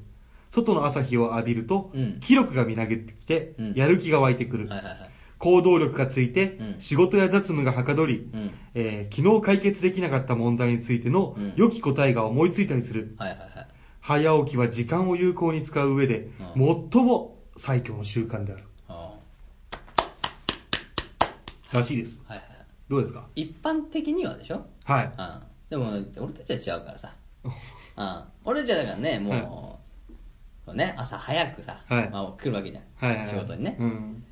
Speaker 1: 外の朝日を浴びると、
Speaker 3: うん
Speaker 1: 気力がみなぎってきて、
Speaker 3: うん
Speaker 1: やる気が湧いてくる。
Speaker 3: はいはいはい。
Speaker 1: 行動力がついて、
Speaker 3: うん
Speaker 1: 仕事や雑務がはかどり、
Speaker 3: うん
Speaker 1: えー昨日解決できなかった問題についての
Speaker 3: うん
Speaker 1: 良き答えが思いついたりする。
Speaker 3: はいはいはい。
Speaker 1: 早起きは時間を有効に使う上で、最も最強の習慣である。
Speaker 3: あーは
Speaker 1: らしいです。
Speaker 3: いはいはい。
Speaker 1: どうですか
Speaker 3: 一般的にはでしょ
Speaker 1: はい。
Speaker 3: うんでも、俺たちは違うからさ。うん俺たちはだからね、もう、
Speaker 1: はい
Speaker 3: そうね、朝早くさ、
Speaker 1: はい
Speaker 3: まあ、来るわけじゃん、
Speaker 1: はいはい。
Speaker 3: 仕事にね。
Speaker 1: うん。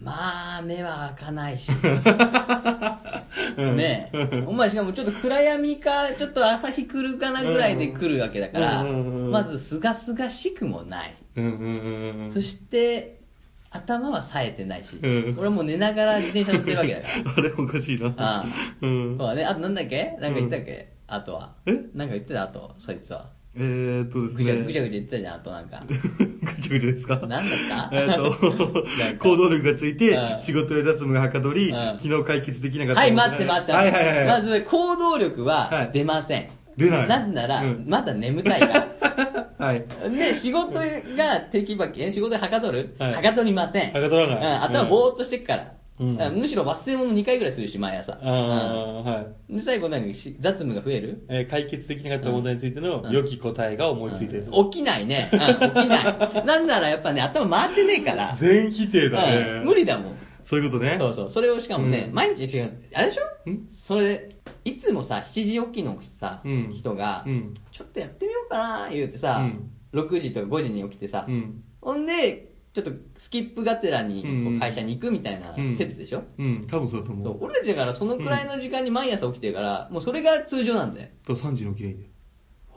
Speaker 3: まあ、目は開かな いし。
Speaker 1: うん
Speaker 3: ねえお前しかもちょっと暗闇か、ちょっと朝日来るかなぐらいで来るわけだから、
Speaker 1: うんうんうんうん
Speaker 3: まず、すがすがしくもない。
Speaker 1: うんうんうんうん。
Speaker 3: そして、頭は冴えてないし、
Speaker 1: うん
Speaker 3: 俺はもう寝ながら自転車乗ってるわけだから。
Speaker 1: あれおかしいな。
Speaker 3: ああ
Speaker 1: うん。
Speaker 3: そうだね。あとなんだっけなんか言ったっけ、あとは。
Speaker 1: え
Speaker 3: なんか言ってたあと、そいつは。
Speaker 1: えーっとです
Speaker 3: ぐちゃ
Speaker 1: ね。
Speaker 3: ぐちゃぐちゃ言ってたじゃん、あとなんか。
Speaker 1: ぐちゃぐちゃですか
Speaker 3: なんだった
Speaker 1: え
Speaker 3: な
Speaker 1: ー
Speaker 3: ん
Speaker 1: と、
Speaker 3: か
Speaker 1: 行動力がついて
Speaker 3: う、ん
Speaker 1: 仕事へ出すのがはかどり、
Speaker 3: うん
Speaker 1: 昨日解決できなかった。
Speaker 3: はい、待って待って。
Speaker 1: はいはいはい。
Speaker 3: ま、ず、行動力
Speaker 1: は
Speaker 3: はい出ません。
Speaker 1: 出ない
Speaker 3: なぜなら、
Speaker 1: うん
Speaker 3: まだ眠たいから。
Speaker 1: はい。
Speaker 3: で、仕事がテキパキ、え仕事ではかどる、
Speaker 1: はい
Speaker 3: はかどりません。
Speaker 1: はかどらない
Speaker 3: うん、頭
Speaker 1: うん
Speaker 3: ぼーっとしてっから。
Speaker 1: うん
Speaker 3: うんむしろ忘れ物2回ぐらいするし、毎朝。
Speaker 1: あーはい。
Speaker 3: うんで、最後なんかし雑務が増える
Speaker 1: えー解決できなかった問題について
Speaker 3: う
Speaker 1: の
Speaker 3: ん
Speaker 1: 良き答えが思いついてる。
Speaker 3: うん起きないね。うん、起きない。 なんならやっぱね、頭回ってねえから。
Speaker 1: 全否定だ
Speaker 3: う
Speaker 1: ね。
Speaker 3: ん無理だもん。
Speaker 1: そういうことね。
Speaker 3: そうそう。それをしかもね、
Speaker 1: うん
Speaker 3: 毎日しか、あれでしょ
Speaker 1: ん
Speaker 3: それ、いつもさ、7時起きのさ、
Speaker 1: うん
Speaker 3: 人が、
Speaker 1: うん
Speaker 3: ちょっとやってみようかな、言うてさ、
Speaker 1: うん
Speaker 3: 6時とか5時に起きてさ、
Speaker 1: うん。
Speaker 3: ほんで、ちょっとスキップがてらに
Speaker 1: うん
Speaker 3: こう会社に行くみたいな
Speaker 1: うん
Speaker 3: 説でしょ、
Speaker 1: うん、多分そうだと思
Speaker 3: そうう。俺たちだからそのくらいの時間に毎朝起きてるから、もうそれが通常なんだよ。
Speaker 1: と3時に起きりゃいいんだよ。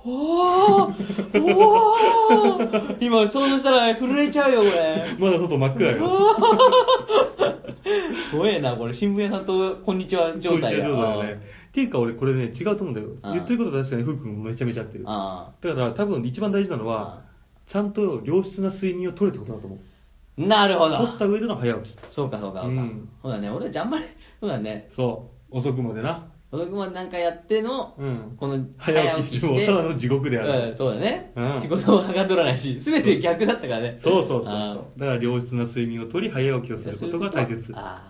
Speaker 3: おーおー 今想像したら震えちゃうよ、これ。
Speaker 1: まだ外真っ暗よ。
Speaker 3: 怖えな、これ。新聞屋さんとこんにちは状態
Speaker 1: こうい
Speaker 3: だ
Speaker 1: う状態だよね。っていうか俺これね、違うと思うんだよ。
Speaker 3: あー
Speaker 1: 言ってることは確かに、ふうくんもめちゃめちゃ合ってる。だ
Speaker 3: あ
Speaker 1: から多分一番大事なのは、ちゃんと良質な睡眠を取るってことだと思う。
Speaker 3: あ。なるほど。
Speaker 1: 取った上での早起き。
Speaker 3: そうか、そうか、そうか。
Speaker 1: うん
Speaker 3: そうだね、俺たちあんまり、そうだね、
Speaker 1: そう。遅くまでな。
Speaker 3: 小野くんはなんかやっての、
Speaker 1: うん
Speaker 3: この
Speaker 1: 早起きしてもただの地獄である
Speaker 3: うん、そうだね、
Speaker 1: うん
Speaker 3: 仕事をはかどらないし、すべて逆だったからね。
Speaker 1: そうそうそう
Speaker 3: あ
Speaker 1: そう。だから良質な睡眠を取り、早起きを
Speaker 3: ー
Speaker 1: することが大切。
Speaker 3: あ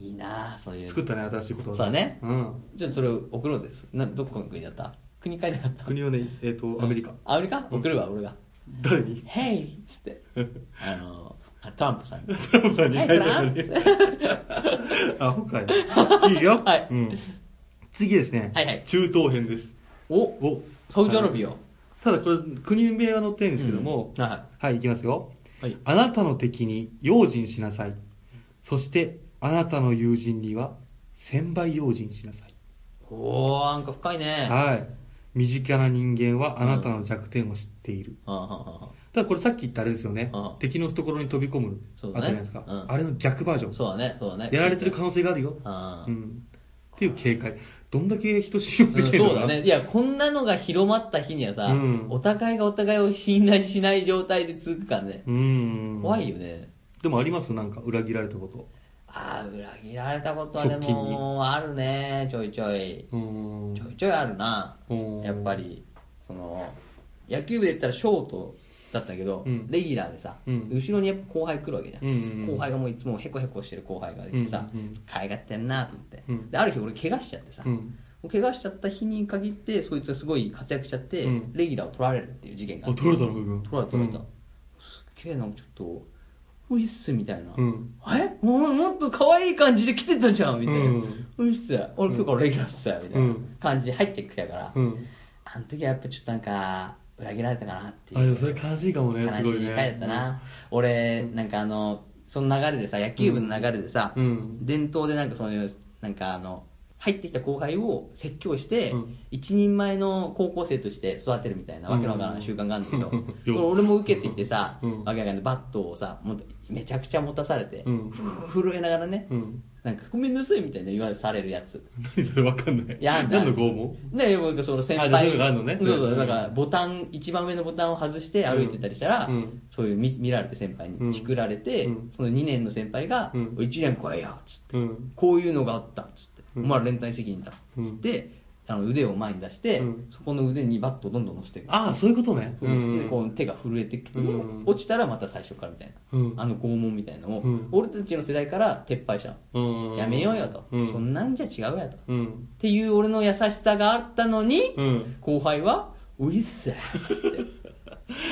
Speaker 3: ーいいなあそういう。
Speaker 1: 作ったね、新しいことを
Speaker 3: そうだね
Speaker 1: うん。
Speaker 3: じゃあそれを送ろうぜ。などこの国だった国変えなかった。
Speaker 1: 国をね、えっと、アメリカ。
Speaker 3: アメリカ送るわ、俺が。
Speaker 1: 誰に
Speaker 3: ヘイっつ って。あの、あトランプさんに。
Speaker 1: トランプさんに
Speaker 3: はい
Speaker 1: 入っ
Speaker 3: トランプ
Speaker 1: あ、北海。いいよ。
Speaker 3: はい
Speaker 1: うん次ですね。
Speaker 3: はいはい
Speaker 1: 中東編です。
Speaker 3: お
Speaker 1: お
Speaker 3: サウジアラビア。
Speaker 1: ただこれ、国名は載ってるんですけども、
Speaker 3: うんは
Speaker 1: はい、いきますよ。
Speaker 3: はい
Speaker 1: あなたの敵に用心しなさい。そして、あなたの友人には、千倍用心しなさい。
Speaker 3: おー、なんか深いね。い。
Speaker 1: はい。身近な人間はあなたの弱点を知っている。
Speaker 3: はあはあは
Speaker 1: ただこれさっき言ったあれですよね
Speaker 3: うん。
Speaker 1: 敵の懐に飛び込む。
Speaker 3: そう
Speaker 1: あった
Speaker 3: だね
Speaker 1: じゃないですか。
Speaker 3: うん
Speaker 1: あれの逆バージョ
Speaker 3: あ
Speaker 1: ン。
Speaker 3: そうだね、そうだね。
Speaker 1: やられてる可能性があるよ。
Speaker 3: あ
Speaker 1: う
Speaker 3: ー
Speaker 1: ん。っていう警戒。どんだけ人信用できるの
Speaker 3: そうだね。いや、こんなのが広まった日にはさ、
Speaker 1: うん
Speaker 3: お互いがお互いを信頼しない状態で続くからね。
Speaker 1: うん。
Speaker 3: 怖いよ。ね。
Speaker 1: でもありますなんか裏切られたこと。
Speaker 3: ああ、裏切られたことはで
Speaker 1: 側近に
Speaker 3: も、あるね、ちょいちょい。
Speaker 1: うん
Speaker 3: ちょいちょいあるな。
Speaker 1: うん
Speaker 3: やっぱり、その、野球部で言ったらショートだったけど、
Speaker 1: うん
Speaker 3: レギュラーでさ、
Speaker 1: うん
Speaker 3: 後ろにやっぱ後輩来るわけじゃん。
Speaker 1: うんうんうん
Speaker 3: 後輩がもういつもヘコヘコしてる後輩がいてさ、
Speaker 1: うんうん
Speaker 3: 可愛がってんなと思って、
Speaker 1: うん
Speaker 3: で、ある日俺怪我しちゃってさ、
Speaker 1: うん
Speaker 3: 怪我しちゃった日に限って、そいつがすごい活躍しちゃって、
Speaker 1: うん
Speaker 3: レギュラーを取られるっていう事件があ
Speaker 1: あ、
Speaker 3: って
Speaker 1: 取られたの部分。
Speaker 3: 取られた取られた、
Speaker 1: うん
Speaker 3: すっげえなんかちょっとウイッスみたいな、
Speaker 1: うん
Speaker 3: えもうもっと可愛い感じで来てたじゃんみたいな、
Speaker 1: うん
Speaker 3: ウイッス俺今日からレギュラーっすよみたいな
Speaker 1: うん
Speaker 3: 感じで入ってきたから、
Speaker 1: うん
Speaker 3: あの時はやっぱちょっとなんか裏切られたかなっていう
Speaker 1: あ、でもそれ悲しいかもね、
Speaker 3: 悲
Speaker 1: す
Speaker 3: し
Speaker 1: ごい
Speaker 3: い
Speaker 1: ね。
Speaker 3: 回だったな、俺なんかあのその流れでさ野球部の流れでさ、
Speaker 1: うん
Speaker 3: 伝統でなんかそういうなんかあの入ってきた後輩を説教して、
Speaker 1: うん
Speaker 3: 一人前の高校生として育てるみたいなわけのわからない習慣があるんだけど、
Speaker 1: うん
Speaker 3: これ俺も受けてきてさ、
Speaker 1: うん
Speaker 3: わけわかんないバットをさもうめちゃくちゃ持たされて、
Speaker 1: うん
Speaker 3: 震えながらね、
Speaker 1: うん
Speaker 3: なんかごめんなさいみたいな言われされるやつ。
Speaker 1: 何それわかんない。
Speaker 3: やだ
Speaker 1: 何の拷問
Speaker 3: ねなんかその先
Speaker 1: あじゃあ
Speaker 3: 輩
Speaker 1: そういうのがあるのね
Speaker 3: そうそうう、
Speaker 1: ん
Speaker 3: なんかボタン、一番上のボタンを外して歩いてたりしたら、
Speaker 1: うんうん
Speaker 3: そういう見見られて先輩
Speaker 1: うん
Speaker 3: にチクられて、
Speaker 1: うん
Speaker 3: その2年の先輩が、
Speaker 1: うん
Speaker 3: おい一1年来いよ、つって、
Speaker 1: うん。
Speaker 3: こういうのがあった、つって、
Speaker 1: うん
Speaker 3: お前ら連帯責任だ、
Speaker 1: うん
Speaker 3: つって、あの腕を前に出して、
Speaker 1: うん
Speaker 3: そこの腕にバットをどんどん乗せていく。
Speaker 1: ああ、そういうことね。
Speaker 3: でこう手が震えてきて、
Speaker 1: うん
Speaker 3: 落ちたらまた最初からみたいな、
Speaker 1: うん
Speaker 3: あの拷問みたいなのを、
Speaker 1: うん
Speaker 3: 俺たちの世代から撤廃したの、
Speaker 1: うん
Speaker 3: やめようよと、
Speaker 1: うん
Speaker 3: そんなんじゃ違うやと、
Speaker 1: うん
Speaker 3: っていう俺の優しさがあったのに、
Speaker 1: うん
Speaker 3: 後輩は、ウィッサーっ つって。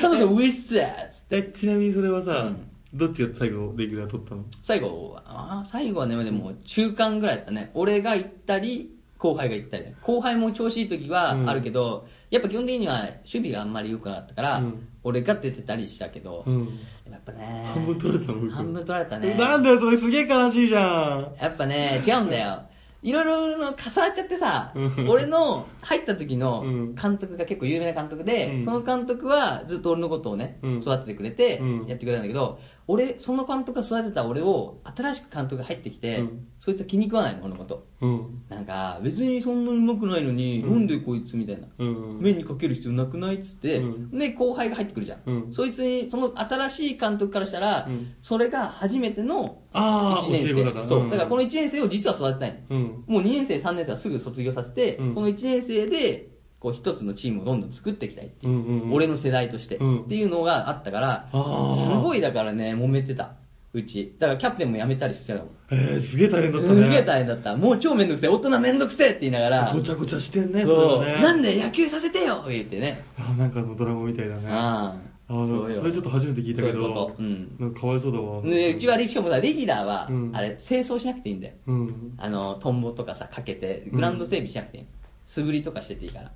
Speaker 3: 佐藤さん、ウィッサーっつって。
Speaker 1: え、ちなみにそれはさ
Speaker 3: う、
Speaker 1: どっちが最後レギュラー取ったの
Speaker 3: 最後は、あー最後はね、でも中間ぐらいだったね。俺が行ったり、後輩が行ったり。後輩も調子いい時はあるけど、やっぱ基本的には守備があんまり良くなかったから、
Speaker 1: うん
Speaker 3: 俺が出てたりしたけど、
Speaker 1: うん。
Speaker 3: やっぱね、
Speaker 1: 半分取られたの僕
Speaker 3: 半分取られたね。
Speaker 1: なんだよ、それすげえ悲しいじゃん。
Speaker 3: やっぱね、違うんだよ。いろいろの重なっちゃってさ
Speaker 1: うん、
Speaker 3: 俺の入った時の
Speaker 1: うん
Speaker 3: 監督が結構有名な監督で、
Speaker 1: うん
Speaker 3: その監督はずっと俺のことをね、
Speaker 1: うん
Speaker 3: 育ててくれて
Speaker 1: うん
Speaker 3: やってくれたんだけど、俺、その監督が育てた俺を、新しく監督が入ってきて、
Speaker 1: うん
Speaker 3: そいつは気に食わないの、俺のこと。
Speaker 1: うん。
Speaker 3: なんか、別にそんなに上手くないのに、
Speaker 1: うん
Speaker 3: なんでこいつみたいな。
Speaker 1: うん。
Speaker 3: 目にかける必要なくないっつって、
Speaker 1: うん
Speaker 3: で、後輩が入ってくるじゃん。
Speaker 1: うん
Speaker 3: そいつに、その新しい監督からしたら、
Speaker 1: うん
Speaker 3: それが初めての
Speaker 1: ああ、
Speaker 3: 1
Speaker 1: 教
Speaker 3: 年
Speaker 1: え
Speaker 3: 生。
Speaker 1: 子だから。
Speaker 3: そう。
Speaker 1: ん
Speaker 3: だからこの1年生を実は育てたいの。
Speaker 1: うん。
Speaker 3: もう2年生、3年生はすぐ卒業させて、
Speaker 1: うん
Speaker 3: この1年生で、こう一つのチームをどんどん作っていきたいっていう、
Speaker 1: うんうんうん
Speaker 3: 俺の世代として、
Speaker 1: うん
Speaker 3: っていうのがあったから
Speaker 1: あ、ー
Speaker 3: すごいだからね、揉めてた、うち。だからキャプテンも辞めたりしてたもん。
Speaker 1: えー、すげえ大変だった
Speaker 3: す
Speaker 1: ね。
Speaker 3: げえ大変だった。もう超めんどくせえ、大人めんどくせえって言いながら、
Speaker 1: ごちゃごちゃしてんね、それ
Speaker 3: そう
Speaker 1: はね。
Speaker 3: なんで野球させてよ言ってね。
Speaker 1: あーなんかあのドラマみたいだね。
Speaker 3: ああ
Speaker 1: あ
Speaker 3: そう
Speaker 1: ー
Speaker 3: よ
Speaker 1: それちょっと初めて聞いたけ
Speaker 3: そういう
Speaker 1: ど、
Speaker 3: ことうん
Speaker 1: なんかかわいそうだわ。
Speaker 3: でうちはレしかもさレギュラーは、
Speaker 1: うん
Speaker 3: あれ、清掃しなくていいんだよ。
Speaker 1: うん。
Speaker 3: あの、トンボとかさ、かけて、グラウンド整備しなくていい、素振りとかしてていいから。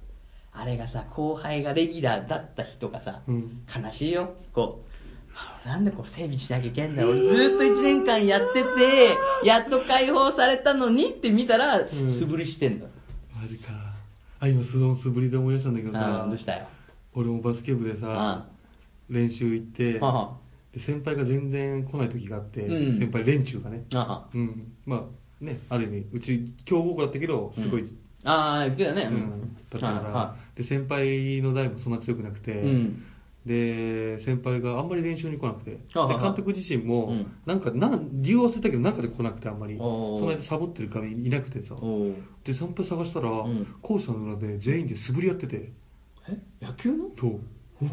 Speaker 3: あれがさ、後輩がレギュラーだった人がさ、
Speaker 1: うん
Speaker 3: 悲しいよ。こう、はあなんでこう整備しなきゃいけんだよ。俺ずーっと1年間やってて、やっと解放されたのにって見たら、
Speaker 1: ん
Speaker 3: 素振りしてんの。
Speaker 1: マジか。あ、今、素の素振りで思い出したんだけど
Speaker 3: あ
Speaker 1: さ
Speaker 3: あ、どうしたよ。
Speaker 1: 俺もバスケ部でさ
Speaker 3: あ、
Speaker 1: 練習行って、
Speaker 3: あは
Speaker 1: で先輩が全然来ない時があって、
Speaker 3: うん
Speaker 1: 先輩連中がね、
Speaker 3: あは
Speaker 1: うん、まあね、ある意味、うち強豪校だったけど、すごい、
Speaker 3: うんああ、言ってたね。
Speaker 1: うんだったか
Speaker 3: はいは
Speaker 1: ら、で先輩の代もそんな強くなくて、
Speaker 3: うん
Speaker 1: で先輩があんまり練習に来なくて、で
Speaker 3: あはいはい
Speaker 1: 監督自身も、
Speaker 3: うん
Speaker 1: なんかなん理由忘れたけど、なんかで来なくて、あんまり、そ
Speaker 3: おー
Speaker 1: の間、サボってるからいなくてさ
Speaker 3: い、おー
Speaker 1: で先輩探したら、
Speaker 3: ん
Speaker 1: 校舎の裏で全員で素振りやってて、
Speaker 3: え野球の
Speaker 1: とで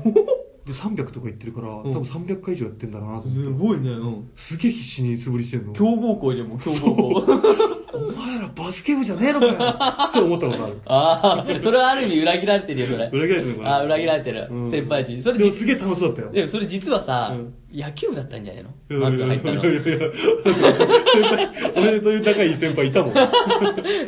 Speaker 1: 300とか言ってるから、多
Speaker 3: ん
Speaker 1: 分300回以上やってんだなと思って、
Speaker 3: すごいね、うん。
Speaker 1: すげえ必死に素振りしてるの。
Speaker 3: 強豪校じゃん、もう強豪校。。
Speaker 1: お前らバスケ部じゃねえのかよ って思ったことある
Speaker 3: ああ、それはある意味裏切られてるよ、それ。
Speaker 1: 裏切られてるのかな
Speaker 3: あー裏切られてる。
Speaker 1: うん
Speaker 3: 先輩人。それ
Speaker 1: でも
Speaker 3: 実
Speaker 1: すげえ楽しそうだった
Speaker 3: で
Speaker 1: よ。
Speaker 3: もそれ実はさ、
Speaker 1: うん
Speaker 3: 野球部だったんじゃないの
Speaker 1: いや
Speaker 3: あん
Speaker 1: い
Speaker 3: た
Speaker 1: や
Speaker 3: 入
Speaker 1: い
Speaker 3: った
Speaker 1: や
Speaker 3: の。
Speaker 1: いやいや先輩俺という高い先輩いたもん。あ、
Speaker 3: い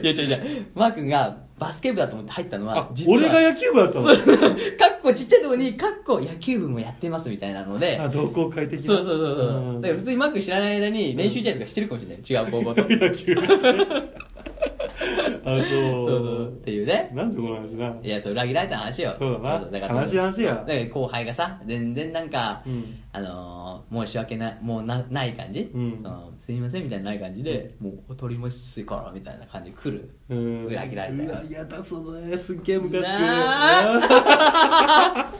Speaker 3: や、違う違う。マー君がバスケ部だと思って入ったのは、
Speaker 1: 俺が野球部だったの
Speaker 3: 球部 かっこちっちゃいとこに、かっこ野球部もやってますみたいなので、
Speaker 1: あ、同好会的な
Speaker 3: そうそうそうそう。
Speaker 1: ん
Speaker 3: だから普通にマー君知らない間に練習試合とかしてるかもしれない。違う高校と。
Speaker 1: 野 球して。あ、
Speaker 3: そうそう。
Speaker 1: そ
Speaker 3: っていうね
Speaker 1: う。。なんでこの話ない
Speaker 3: や、そう、裏切られた話よ。
Speaker 1: そうだな悲しい話や
Speaker 3: だから後輩がさ、全然なんか、
Speaker 1: うん
Speaker 3: あのー、申し訳ない、もうなない感じ、
Speaker 1: うん
Speaker 3: そのすいませんみたいなない感じで、もう、お取りますから、みたいな感じで来る。
Speaker 1: うん
Speaker 3: 裏切られた
Speaker 1: う
Speaker 3: よ
Speaker 1: わ、。やだ、それ。すっげえムカつく。
Speaker 3: な
Speaker 1: あ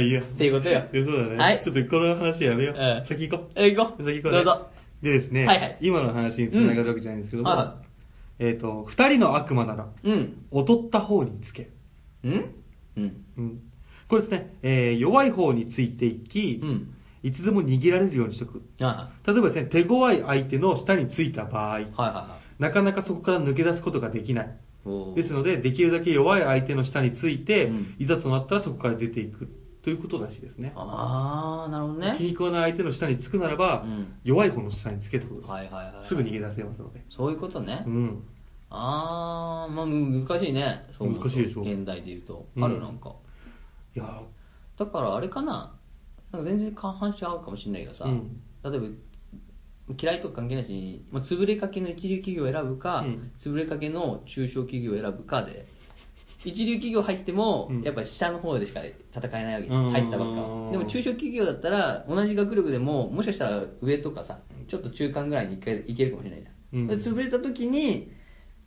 Speaker 1: いいや。
Speaker 3: っていうことよ。
Speaker 1: いやそうだね。
Speaker 3: はい
Speaker 1: ちょっとこの話やめよう。
Speaker 3: うん
Speaker 1: 先行こう。
Speaker 3: え、行こう。
Speaker 1: 先行こう、
Speaker 3: ど
Speaker 1: ね。
Speaker 3: うぞ。
Speaker 1: でですね、
Speaker 3: はいはい
Speaker 1: 今の話につながるわけじゃないんですけども、
Speaker 3: うんはいは
Speaker 1: えっ、と、二人の悪魔なら、
Speaker 3: うん。
Speaker 1: 劣った方につけ。
Speaker 3: うんうん。
Speaker 1: うん。これですね、えー弱い方についていき、
Speaker 3: うん。
Speaker 1: いつでも逃げられるようにしとく。
Speaker 3: あ
Speaker 1: 例えばですね、手強い相手の下についた場合、
Speaker 3: あ、はいはいはい。
Speaker 1: なかなかそこから抜け出すことができない。
Speaker 3: おー
Speaker 1: ですので、できるだけ弱い相手の下について、
Speaker 3: うん
Speaker 1: いざとなったらそこから出ていくということらしいですね。
Speaker 3: あー、なるほど
Speaker 1: 気に
Speaker 3: ね。
Speaker 1: 食わない相手の下につくならば、
Speaker 3: うん
Speaker 1: 弱い方の下につけってことです。
Speaker 3: はいはいはい。
Speaker 1: すぐ逃げ出せますので。
Speaker 3: そういうことね。
Speaker 1: うん。
Speaker 3: あー、まあ難しいね。そう思うと
Speaker 1: 難しいでしょ
Speaker 3: 現代で言うと。
Speaker 1: うん
Speaker 3: あるなんか。
Speaker 1: いや
Speaker 3: だからあれかな、なんか全然下半身合うかもしれないけどさ、
Speaker 1: うん
Speaker 3: 例えば嫌いとか関係ないし、まあ、潰れかけの一流企業を選ぶか、
Speaker 1: うん
Speaker 3: 潰れかけの中小企業を選ぶかで、一流企業入っても、
Speaker 1: うん
Speaker 3: やっぱ下の方でしか戦えないわけです、
Speaker 1: うん
Speaker 3: 入ったばっかは。でも中小企業だったら、同じ学力でも、もしかしたら上とかさ、ちょっと中間ぐらいにいけいけるかもしれないじゃん。
Speaker 1: うん
Speaker 3: で潰れた時に、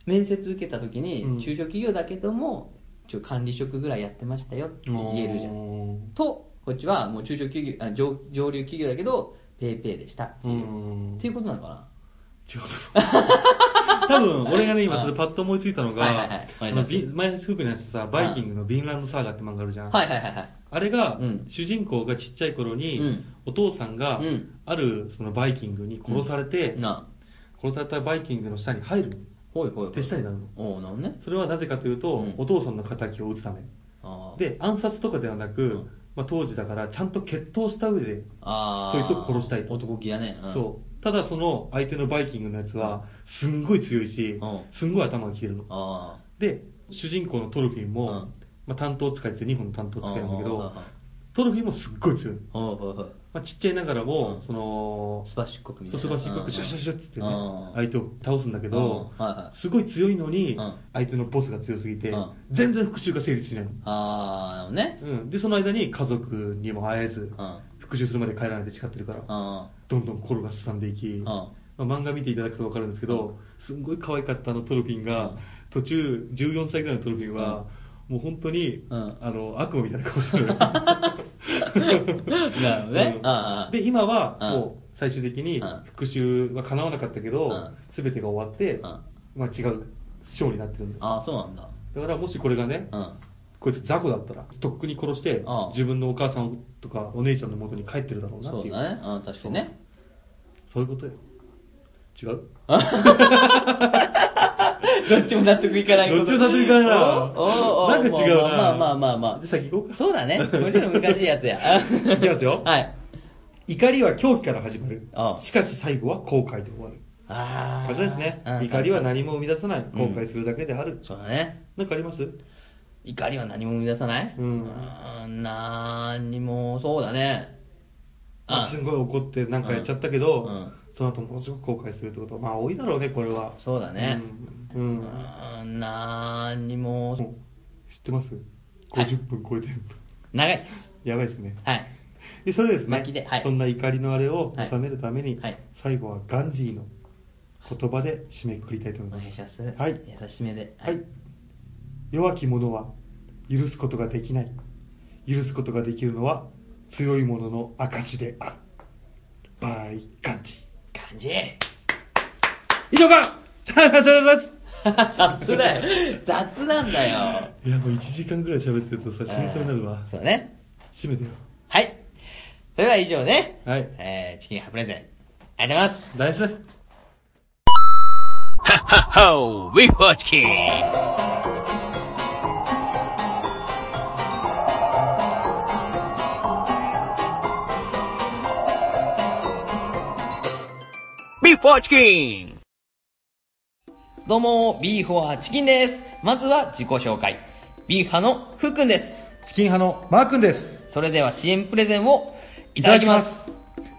Speaker 3: 面接受けた時に、
Speaker 1: うん
Speaker 3: 中小企業だけども、一応管理職ぐらいやってましたよって言えるじゃん。
Speaker 1: ん。
Speaker 3: と、こっちはもう中小企業、あ上上流企業だけど、ペイペイでしたって
Speaker 1: う
Speaker 3: いう。
Speaker 1: ん。
Speaker 3: っていうことなのかな
Speaker 1: 違うと 思う多分、俺がね、今それパッと思いついたの
Speaker 3: はいはいは
Speaker 1: が
Speaker 3: い、
Speaker 1: あ
Speaker 3: お願
Speaker 1: の
Speaker 3: いし
Speaker 1: ビ前、福君のやつさ、バイキングのビンランドサーガって漫画あるじゃん。
Speaker 3: はいはいはいはい。
Speaker 1: あれが
Speaker 3: うん、
Speaker 1: 主人公がちっちゃい頃
Speaker 3: う
Speaker 1: に
Speaker 3: ん、
Speaker 1: お父さんが
Speaker 3: うん、
Speaker 1: あるそのバイキングに殺されて、
Speaker 3: なあ。
Speaker 1: 殺されたバイキングの下に入る
Speaker 3: ほいほいほ
Speaker 1: の。
Speaker 3: い。
Speaker 1: 手下になるの。
Speaker 3: おうなるほどね。
Speaker 1: それはなぜかというと、
Speaker 3: うん
Speaker 1: お父さんの敵を撃つため。
Speaker 3: あー、
Speaker 1: で、暗殺とかではなく、
Speaker 3: うん
Speaker 1: まあ、当時だから、ちゃんと決闘した上で、
Speaker 3: あ
Speaker 1: そいつを殺したいと
Speaker 3: 男気だね。ん
Speaker 1: そう。ただその相手のバイキングのやつは、すんごい強いし
Speaker 3: うん、
Speaker 1: すんごい頭が切れるの。
Speaker 3: あ
Speaker 1: で、主人公のトルフィンも、
Speaker 3: うん
Speaker 1: まあ、担当使いって2本の担当使いなんだけ
Speaker 3: うんうんう
Speaker 1: ど
Speaker 3: んうん、
Speaker 1: トルフィンもすっごい強い。
Speaker 3: あ。ほいほいほい。
Speaker 1: まあ、ちっちゃいながらも、
Speaker 3: うん
Speaker 1: その、
Speaker 3: スパシッコックみた
Speaker 1: そ
Speaker 3: いうな。
Speaker 1: すばしっこ
Speaker 3: うん
Speaker 1: く
Speaker 3: うん
Speaker 1: シャシャシャっつってね
Speaker 3: うん、
Speaker 1: 相手を倒すんだけど
Speaker 3: うんはいは、い
Speaker 1: すごい強いのに
Speaker 3: うん、
Speaker 1: 相手のボスが強すぎて
Speaker 3: うん、
Speaker 1: 全然復讐が成立しないの。
Speaker 3: あー、なるほどね。
Speaker 1: うん、でその間に家族にも会えず、
Speaker 3: うん
Speaker 1: 復習するまで帰らないで誓ってるから、
Speaker 3: あ
Speaker 1: どんどん心がすさんでいき、
Speaker 3: ん
Speaker 1: まあ、漫画見ていただくと分かるんですけど、すんごい可愛かったあのトルフィンが、途中、14歳ぐらいのトルフィンは、もう本当に、
Speaker 3: うん
Speaker 1: あの悪夢みたいな顔して る。
Speaker 3: なるほどね
Speaker 1: うん
Speaker 3: ああ
Speaker 1: で、今は、
Speaker 3: うん
Speaker 1: もう最終的に
Speaker 3: うん
Speaker 1: 復讐は叶わなかったけ
Speaker 3: う
Speaker 1: ど
Speaker 3: ん、
Speaker 1: すべてが終わって
Speaker 3: ん、
Speaker 1: まあ違う章になってるんだよ。
Speaker 3: ああそうなんだ
Speaker 1: だからもしこれがね
Speaker 3: う、ん
Speaker 1: こいつ雑魚だったら、とっくに殺して
Speaker 3: うん、
Speaker 1: 自分のお母さんとかお姉ちゃんの元に帰ってるだろうなっ
Speaker 3: そ
Speaker 1: ていうう。
Speaker 3: だねああ確かにね
Speaker 1: そういうことよ。違う
Speaker 3: どっちも納得いかない
Speaker 1: ど
Speaker 3: こと
Speaker 1: っちも納得いかないな
Speaker 3: おおお
Speaker 1: なんか違うな
Speaker 3: まあまあまあまあま
Speaker 1: じゃあ先行こう
Speaker 3: あ
Speaker 1: か。
Speaker 3: そうだ ねもちろん難しいやつや
Speaker 1: いきますよ
Speaker 3: はい
Speaker 1: 怒りは狂気から始まる
Speaker 3: あ。あ
Speaker 1: しかし最後は後悔で終わる。
Speaker 3: ああ
Speaker 1: 簡単ですね
Speaker 3: う。ん
Speaker 1: 怒りは何も生み出さない。後悔するだけである。
Speaker 3: そうだね
Speaker 1: なんかあります
Speaker 3: 怒りは何も生み出さない
Speaker 1: うん
Speaker 3: ーん何もそうだね
Speaker 1: まあすんごい怒ってなんかやっちゃったけど、
Speaker 3: うん
Speaker 1: その後ものすごく後悔するってことまあ多いだろうねこれは
Speaker 3: そうだね
Speaker 1: うん、うん
Speaker 3: うーん何
Speaker 1: も
Speaker 3: も
Speaker 1: う知ってます
Speaker 3: はい
Speaker 1: 50分超えてると、
Speaker 3: 長いです
Speaker 1: やばいですね
Speaker 3: はい
Speaker 1: でそれでですね
Speaker 3: 巻きではい
Speaker 1: そんな怒りのあれを
Speaker 3: はい
Speaker 1: 収めるために、
Speaker 3: はい
Speaker 1: 最後はガンジーの言葉で締めくくりたいと思
Speaker 3: お
Speaker 1: いま
Speaker 3: 願
Speaker 1: す
Speaker 3: いします
Speaker 1: はい
Speaker 3: 優しめで
Speaker 1: はい、弱き者は許すことができない許すことができるのは強い者の証であるバイガンジー
Speaker 3: 感じ
Speaker 1: 以上かさよなら
Speaker 3: 雑だよ雑なんだよ
Speaker 1: いやもう1時間ぐらい喋ってるとさ 死にそうになるわ
Speaker 3: うんそうだね
Speaker 1: 締めてよ
Speaker 3: はいそれでは以上ね
Speaker 1: はい
Speaker 3: えーチキンハプレゼンありがとうございます
Speaker 1: 大事です
Speaker 4: Ha ha ho! We Watch King! We Watch King!
Speaker 2: どうも、ビーフォアチキンです。まずは自己紹介。ビーフ派のふっくんです。
Speaker 1: チキン派のマー君です
Speaker 2: それでは支援プレゼンをいただきます。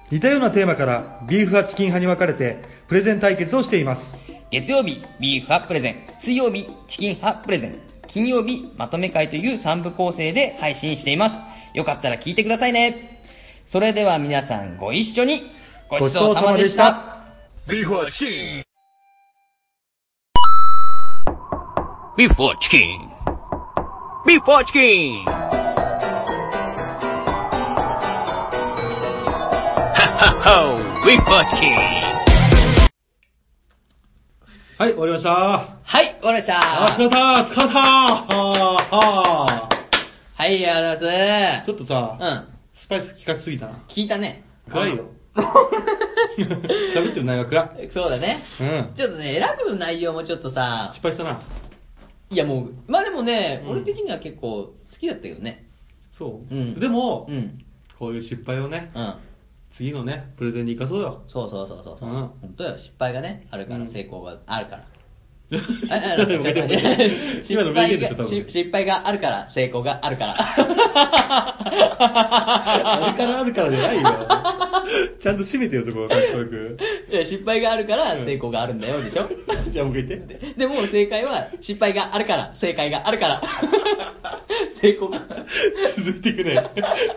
Speaker 1: 似たようなテーマからビーフ派チキン派に分かれてプレゼン対決をしています
Speaker 2: 月曜日、ビーフ派プレゼン。水曜日、チキン派プレゼン。金曜日、まとめ会という3部構成で配信しています。よかったら聞いてくださいね。それでは皆さんご一緒に、ごちそうさまでした。
Speaker 4: We Watch King! We Watch King! We Watch King! Ha ha ho! We Watch King!
Speaker 1: はい終わりました
Speaker 3: はい終わりました
Speaker 1: あー疲れたー疲れたーはーは
Speaker 3: はいありがとうございま
Speaker 1: ー
Speaker 3: す
Speaker 1: ちょっとさ、
Speaker 3: うん
Speaker 1: スパイス効かしすぎたな
Speaker 3: 聞いたね
Speaker 1: 暗いよ 喋ってる内容が暗い
Speaker 3: そうだね
Speaker 1: うん
Speaker 3: ちょっとね、選ぶ内容もちょっとさ、
Speaker 1: 失敗したない
Speaker 3: やもう、まあでもね、
Speaker 1: うん
Speaker 3: 俺的には結構好きだったけどね。
Speaker 1: そう、
Speaker 3: うん
Speaker 1: でも、
Speaker 3: うん。
Speaker 1: こういう失敗をね
Speaker 3: うん。
Speaker 1: 次のねプレゼンに生かそうよ
Speaker 3: そうそうそうそう。
Speaker 1: うん
Speaker 3: 本当よ、失敗がね、あるか
Speaker 1: う
Speaker 3: ら、
Speaker 1: ん
Speaker 3: 成功があるから。
Speaker 1: 今
Speaker 3: あ
Speaker 1: の
Speaker 3: あのちょっと待って
Speaker 1: 今の名言でしょ、多
Speaker 3: 失敗
Speaker 1: 分
Speaker 3: が。し失敗があるから、成功があ るから。
Speaker 1: あれからあるからじゃないよ。 ちゃんと締めてよ、そこは、かっこよく。
Speaker 3: いや失敗があるから、成功があるんだよ、でしょ。
Speaker 1: じゃあ、もう一回言って。
Speaker 3: でも正解は、失敗があるから、正解があ るから。成功が。
Speaker 1: 続いていくね。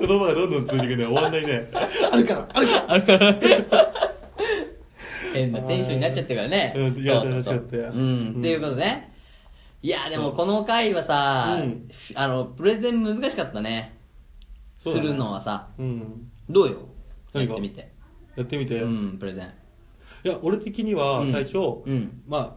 Speaker 1: 言葉がどんどん続いていくね。終わんないね。あるから、あるから、あるから。
Speaker 3: 変なテンションになっちゃってるから ね。
Speaker 1: うんいや
Speaker 3: そうそうそう
Speaker 1: 楽しかったよ
Speaker 3: う
Speaker 1: うん
Speaker 3: ん。っていうことね。いや、でもこの回はさ
Speaker 1: うん、
Speaker 3: あの、プレゼン難しかったね。
Speaker 1: そう
Speaker 3: す
Speaker 1: だね
Speaker 3: るのはさ、
Speaker 1: うん。
Speaker 3: どうよ
Speaker 1: 何
Speaker 3: やっ
Speaker 1: が
Speaker 3: てみて。
Speaker 1: やってみて。
Speaker 3: う
Speaker 1: い
Speaker 3: ん、プレゼン。
Speaker 1: や、俺的には、最初
Speaker 3: うんうん、
Speaker 1: まあ、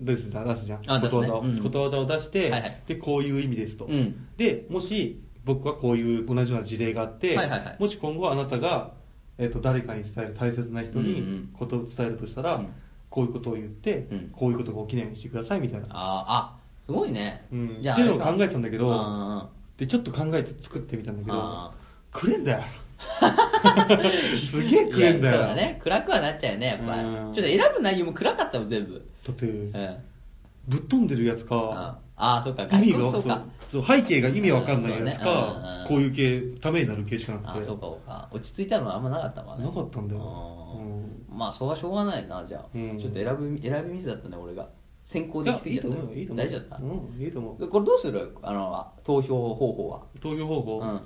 Speaker 1: 出すじゃん、出すじゃん。
Speaker 3: あ出
Speaker 1: こと
Speaker 3: すね
Speaker 1: わざを。
Speaker 3: うん
Speaker 1: ことわざを出して
Speaker 3: はいはい、
Speaker 1: で、こういう意味ですと
Speaker 3: うん。
Speaker 1: で、もし、僕はこういう同じような事例があって
Speaker 3: はいはいは、い
Speaker 1: もし今後あなたが、えっと、誰かに伝える、大切な人
Speaker 3: うんう
Speaker 1: に
Speaker 3: ん
Speaker 1: ことを伝えるとした
Speaker 3: う
Speaker 1: ら
Speaker 3: ん、
Speaker 1: こういうことを言って
Speaker 3: うん、
Speaker 1: こういうことが起きないようにしてくださいみたいな。
Speaker 3: あーあ、すごいね。
Speaker 1: うん
Speaker 3: じゃあ
Speaker 1: っていうのを考えてたんだけど
Speaker 3: あれかうんうんうん
Speaker 1: でちょっと考えて作ってみたんだけど
Speaker 3: あ
Speaker 1: くれん だよすげえくれんだよ
Speaker 3: いやそうだね。暗くはなっちゃうよね、やっぱ。ち
Speaker 1: う
Speaker 3: ょ
Speaker 1: ん
Speaker 3: っと選ぶ内容も暗かったもん、全部。
Speaker 1: だって
Speaker 3: うん。あ
Speaker 1: ぶっ飛んでるやつか
Speaker 3: あー、そっか。
Speaker 1: 意味
Speaker 3: 外
Speaker 1: がそ
Speaker 3: 国そううか。
Speaker 1: そう背景が意味わかんないやつ
Speaker 3: うんそうだねうん
Speaker 1: か
Speaker 3: うん
Speaker 1: こういう系ためになる系しかな
Speaker 3: あ
Speaker 1: く
Speaker 3: ー
Speaker 1: て
Speaker 3: そうかそうか落ち着いたのはあんまなかったわね
Speaker 1: なかったんだよ
Speaker 3: あー
Speaker 1: うん
Speaker 3: まあそれはしょうがないなじゃあ、
Speaker 1: うん
Speaker 3: ちょっと選び選びミスだったね俺が先行できす
Speaker 1: い
Speaker 3: ぎ
Speaker 1: やいい
Speaker 3: ちゃ
Speaker 1: と
Speaker 3: っ
Speaker 1: 思
Speaker 3: た
Speaker 1: うよいいと思う
Speaker 3: 大丈夫だった、
Speaker 1: うんいいと思う
Speaker 3: これどうするあの投票方法は
Speaker 1: 投票方法
Speaker 3: うん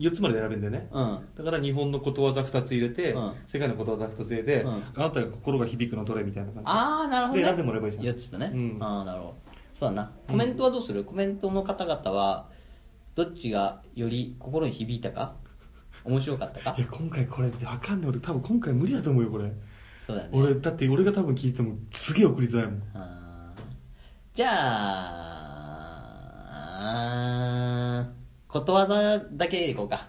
Speaker 1: 4つまで選べんだよね。
Speaker 3: うん。
Speaker 1: だから日本のことわざ2つ入れて、
Speaker 3: うん
Speaker 1: 世界のことわざ2つ入れて、
Speaker 3: うん
Speaker 1: あなたが心が響くのどれみたいな感じ。
Speaker 3: あー、なるほど、ね。
Speaker 1: で選んでもらえばいいじゃん
Speaker 3: やつだね。
Speaker 1: うん
Speaker 3: あー、なるほど。そうだな。コメントはどうする、コメントの方々は、どっちがより心に響いたか面白かったか
Speaker 1: いや、今回これわかんない。俺多分今回無理だと思うよ、これ。
Speaker 3: そうだね。
Speaker 1: 俺、だって俺が多分聞いてもすげえ送りづらいもん。
Speaker 3: あーじゃあ、あーことわざだけでいこうか。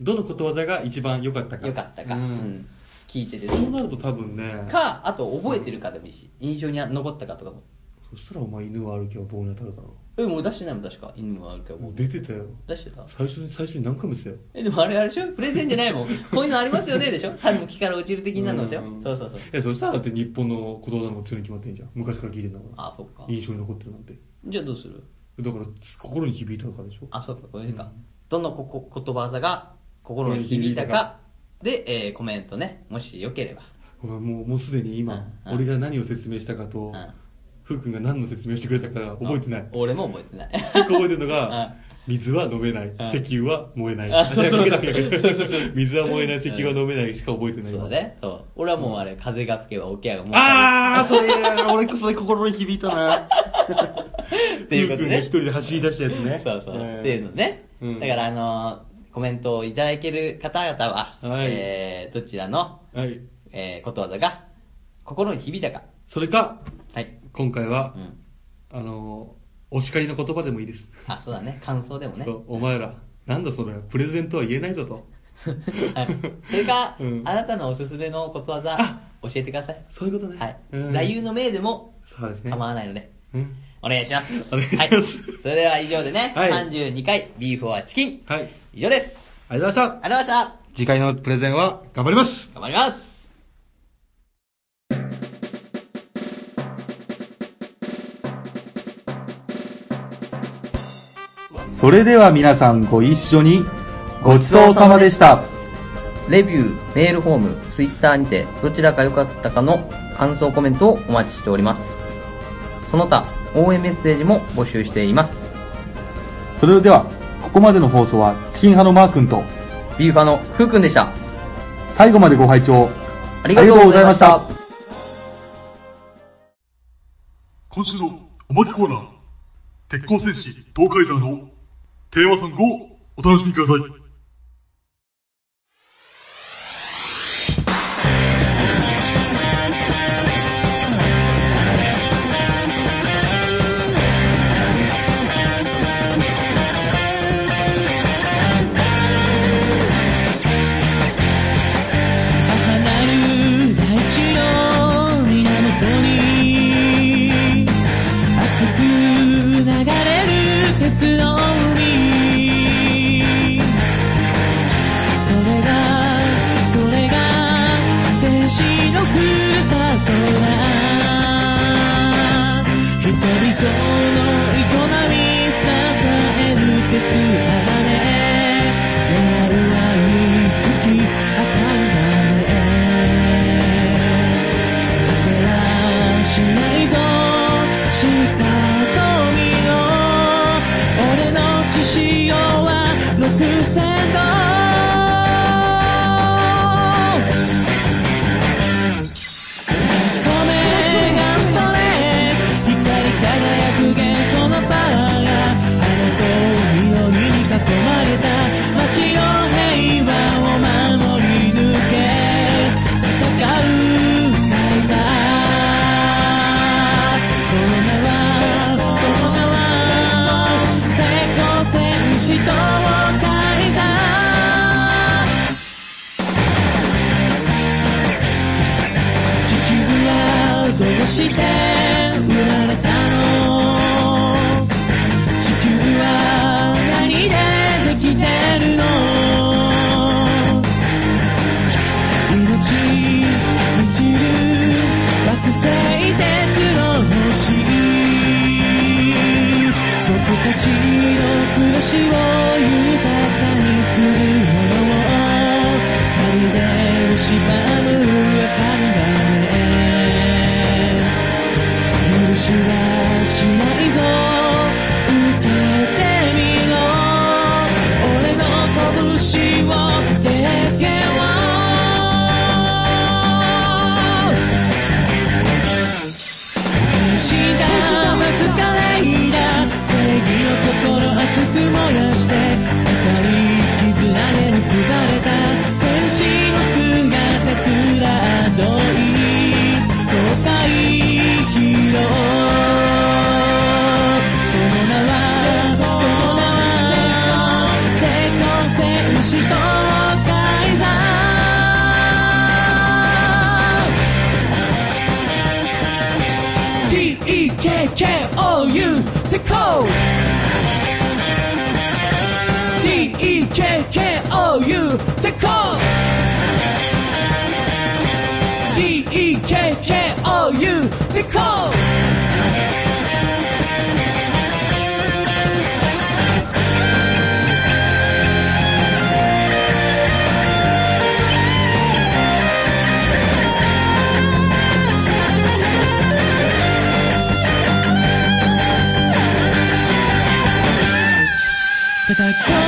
Speaker 1: どのことわざが一番良かったか。
Speaker 3: よかったか。
Speaker 1: う
Speaker 3: うんん。聞いててね。
Speaker 1: そうなると多分ね。
Speaker 3: か、あと覚えてるかでもいいし、印象に残ったかとかも。
Speaker 1: そしたらお前犬は歩けば棒に当たるだろ
Speaker 3: え、もう出してないもん、確か。犬もあるけど。
Speaker 1: もう出てたよ。
Speaker 3: 出してた
Speaker 1: 最初に最初に何回も言ってたよ。
Speaker 3: え、でもあれあれでしょプレゼンじゃないもん。こういうのありますよねでしょ猿も木から落ちる的なのですよ
Speaker 1: ん。
Speaker 3: そうそうそう。
Speaker 1: え、そしたらだって日本のことわざの方が強いに決まってんじゃん。昔から聞いてんだから。
Speaker 3: あ、そっか。
Speaker 1: 印象に残ってるなんて。
Speaker 3: じゃあどうする
Speaker 1: だから、心に響いたからでしょ。
Speaker 3: あ、そうか、これか。どのここ言葉が心に響いたか。で、えーコメントね。もしよければ。
Speaker 1: ごめんもう、もうすでに今、
Speaker 3: うん
Speaker 1: 俺が何を説明したかと
Speaker 3: ん、
Speaker 1: ふうくんが何の説明をしてくれたか覚えてない
Speaker 3: あ。俺も覚えてない。
Speaker 1: 一個覚えてるの
Speaker 3: う
Speaker 1: が
Speaker 3: ん、
Speaker 1: 水は飲めない、
Speaker 3: ん
Speaker 1: 石油は燃えない。
Speaker 3: あそうそう
Speaker 1: あ違う違う違う 水は燃えない、石油は飲めないしか覚えてない。
Speaker 3: そうだね。そう。俺はもうあれ、風が吹けば桶屋がもう。
Speaker 1: あー、それ、俺、それ心に響いたな。
Speaker 3: っていうこと
Speaker 1: ふうくんが
Speaker 3: ね。
Speaker 1: 一人で走り出したやつね。
Speaker 3: そうそう。
Speaker 1: ん
Speaker 3: っていうのね。
Speaker 1: うん
Speaker 3: だから、あのーコメントをいただける方々は、
Speaker 1: はい
Speaker 3: えーどちらの、
Speaker 1: はい。
Speaker 3: えーことわざが心に響いたか。
Speaker 1: それか、
Speaker 3: はい。
Speaker 1: 今回は
Speaker 3: う、ん。
Speaker 1: あの、お叱りの言葉でもいいです。
Speaker 3: あ、そうだね。感想でもね。
Speaker 1: そう、お前ら、なんだそれ、プレゼントは言えないぞと。
Speaker 3: はいそれか、
Speaker 1: うん
Speaker 3: あなたのおすすめのことわざ、教えてください。
Speaker 1: そういうことね。
Speaker 3: はい。
Speaker 1: うん
Speaker 3: 座右の銘でも
Speaker 1: そうですね。
Speaker 3: 構わないので、
Speaker 1: うん
Speaker 3: お願いします。
Speaker 1: お願いします
Speaker 3: はいそれでは以上でね、
Speaker 1: はい
Speaker 3: 32回、ビーフォアチキン、
Speaker 1: はい。
Speaker 3: 以上です。
Speaker 1: ありがとうございまし。
Speaker 3: ありがとうございました
Speaker 1: 次回のプレゼンは頑張ります。
Speaker 3: た。頑張ります。
Speaker 1: それでは皆さんご一緒にごちそうさまでした。
Speaker 2: レビュー、メールフォーム、ツイッターにて、どちらが良かったかの感想コメントをお待ちしております。その他、応援メッセージも募集しています。
Speaker 1: それではここまでの放送はチキン派のマー君と
Speaker 2: ビーファのふうくんでした。
Speaker 1: 最後までご拝聴
Speaker 2: ありがとうございました。
Speaker 8: 今週のおまけコーナー、鉄鋼戦士東海道のテーマソングをお楽しみください。
Speaker 9: 「あはなる大地の源に」「熱く流れる鉄の海」「それがそれが戦士のふるさとだ」「人々の営み支える鉄鋼」「メダルは一匹当たるまで」「させはしないぞ下と見ろ」「俺の血潮は六千度」「ごめんがそれ」「光り輝く幻想のパワーが」「あのと緑に囲まれた街の平和を守り抜け」「戦う大佐」「その名はその名は抵抗戦士と海さ」地球はどうして売られたの地球は何でできてるの命満ちる惑星鉄の星僕たちの暮らしを豊かにするものを錆びで蝕む考え許しはしないぞ受けてみろ俺の拳して赤い傷あれにすがれた戦士の姿くらどい後悔ヒーローその名はその名は鉄鋼戦士と改ざん E T-E-K-K-O-U テコ E T-E-K-K-O-U テコ E T-E-K-K-O-U テコ戦う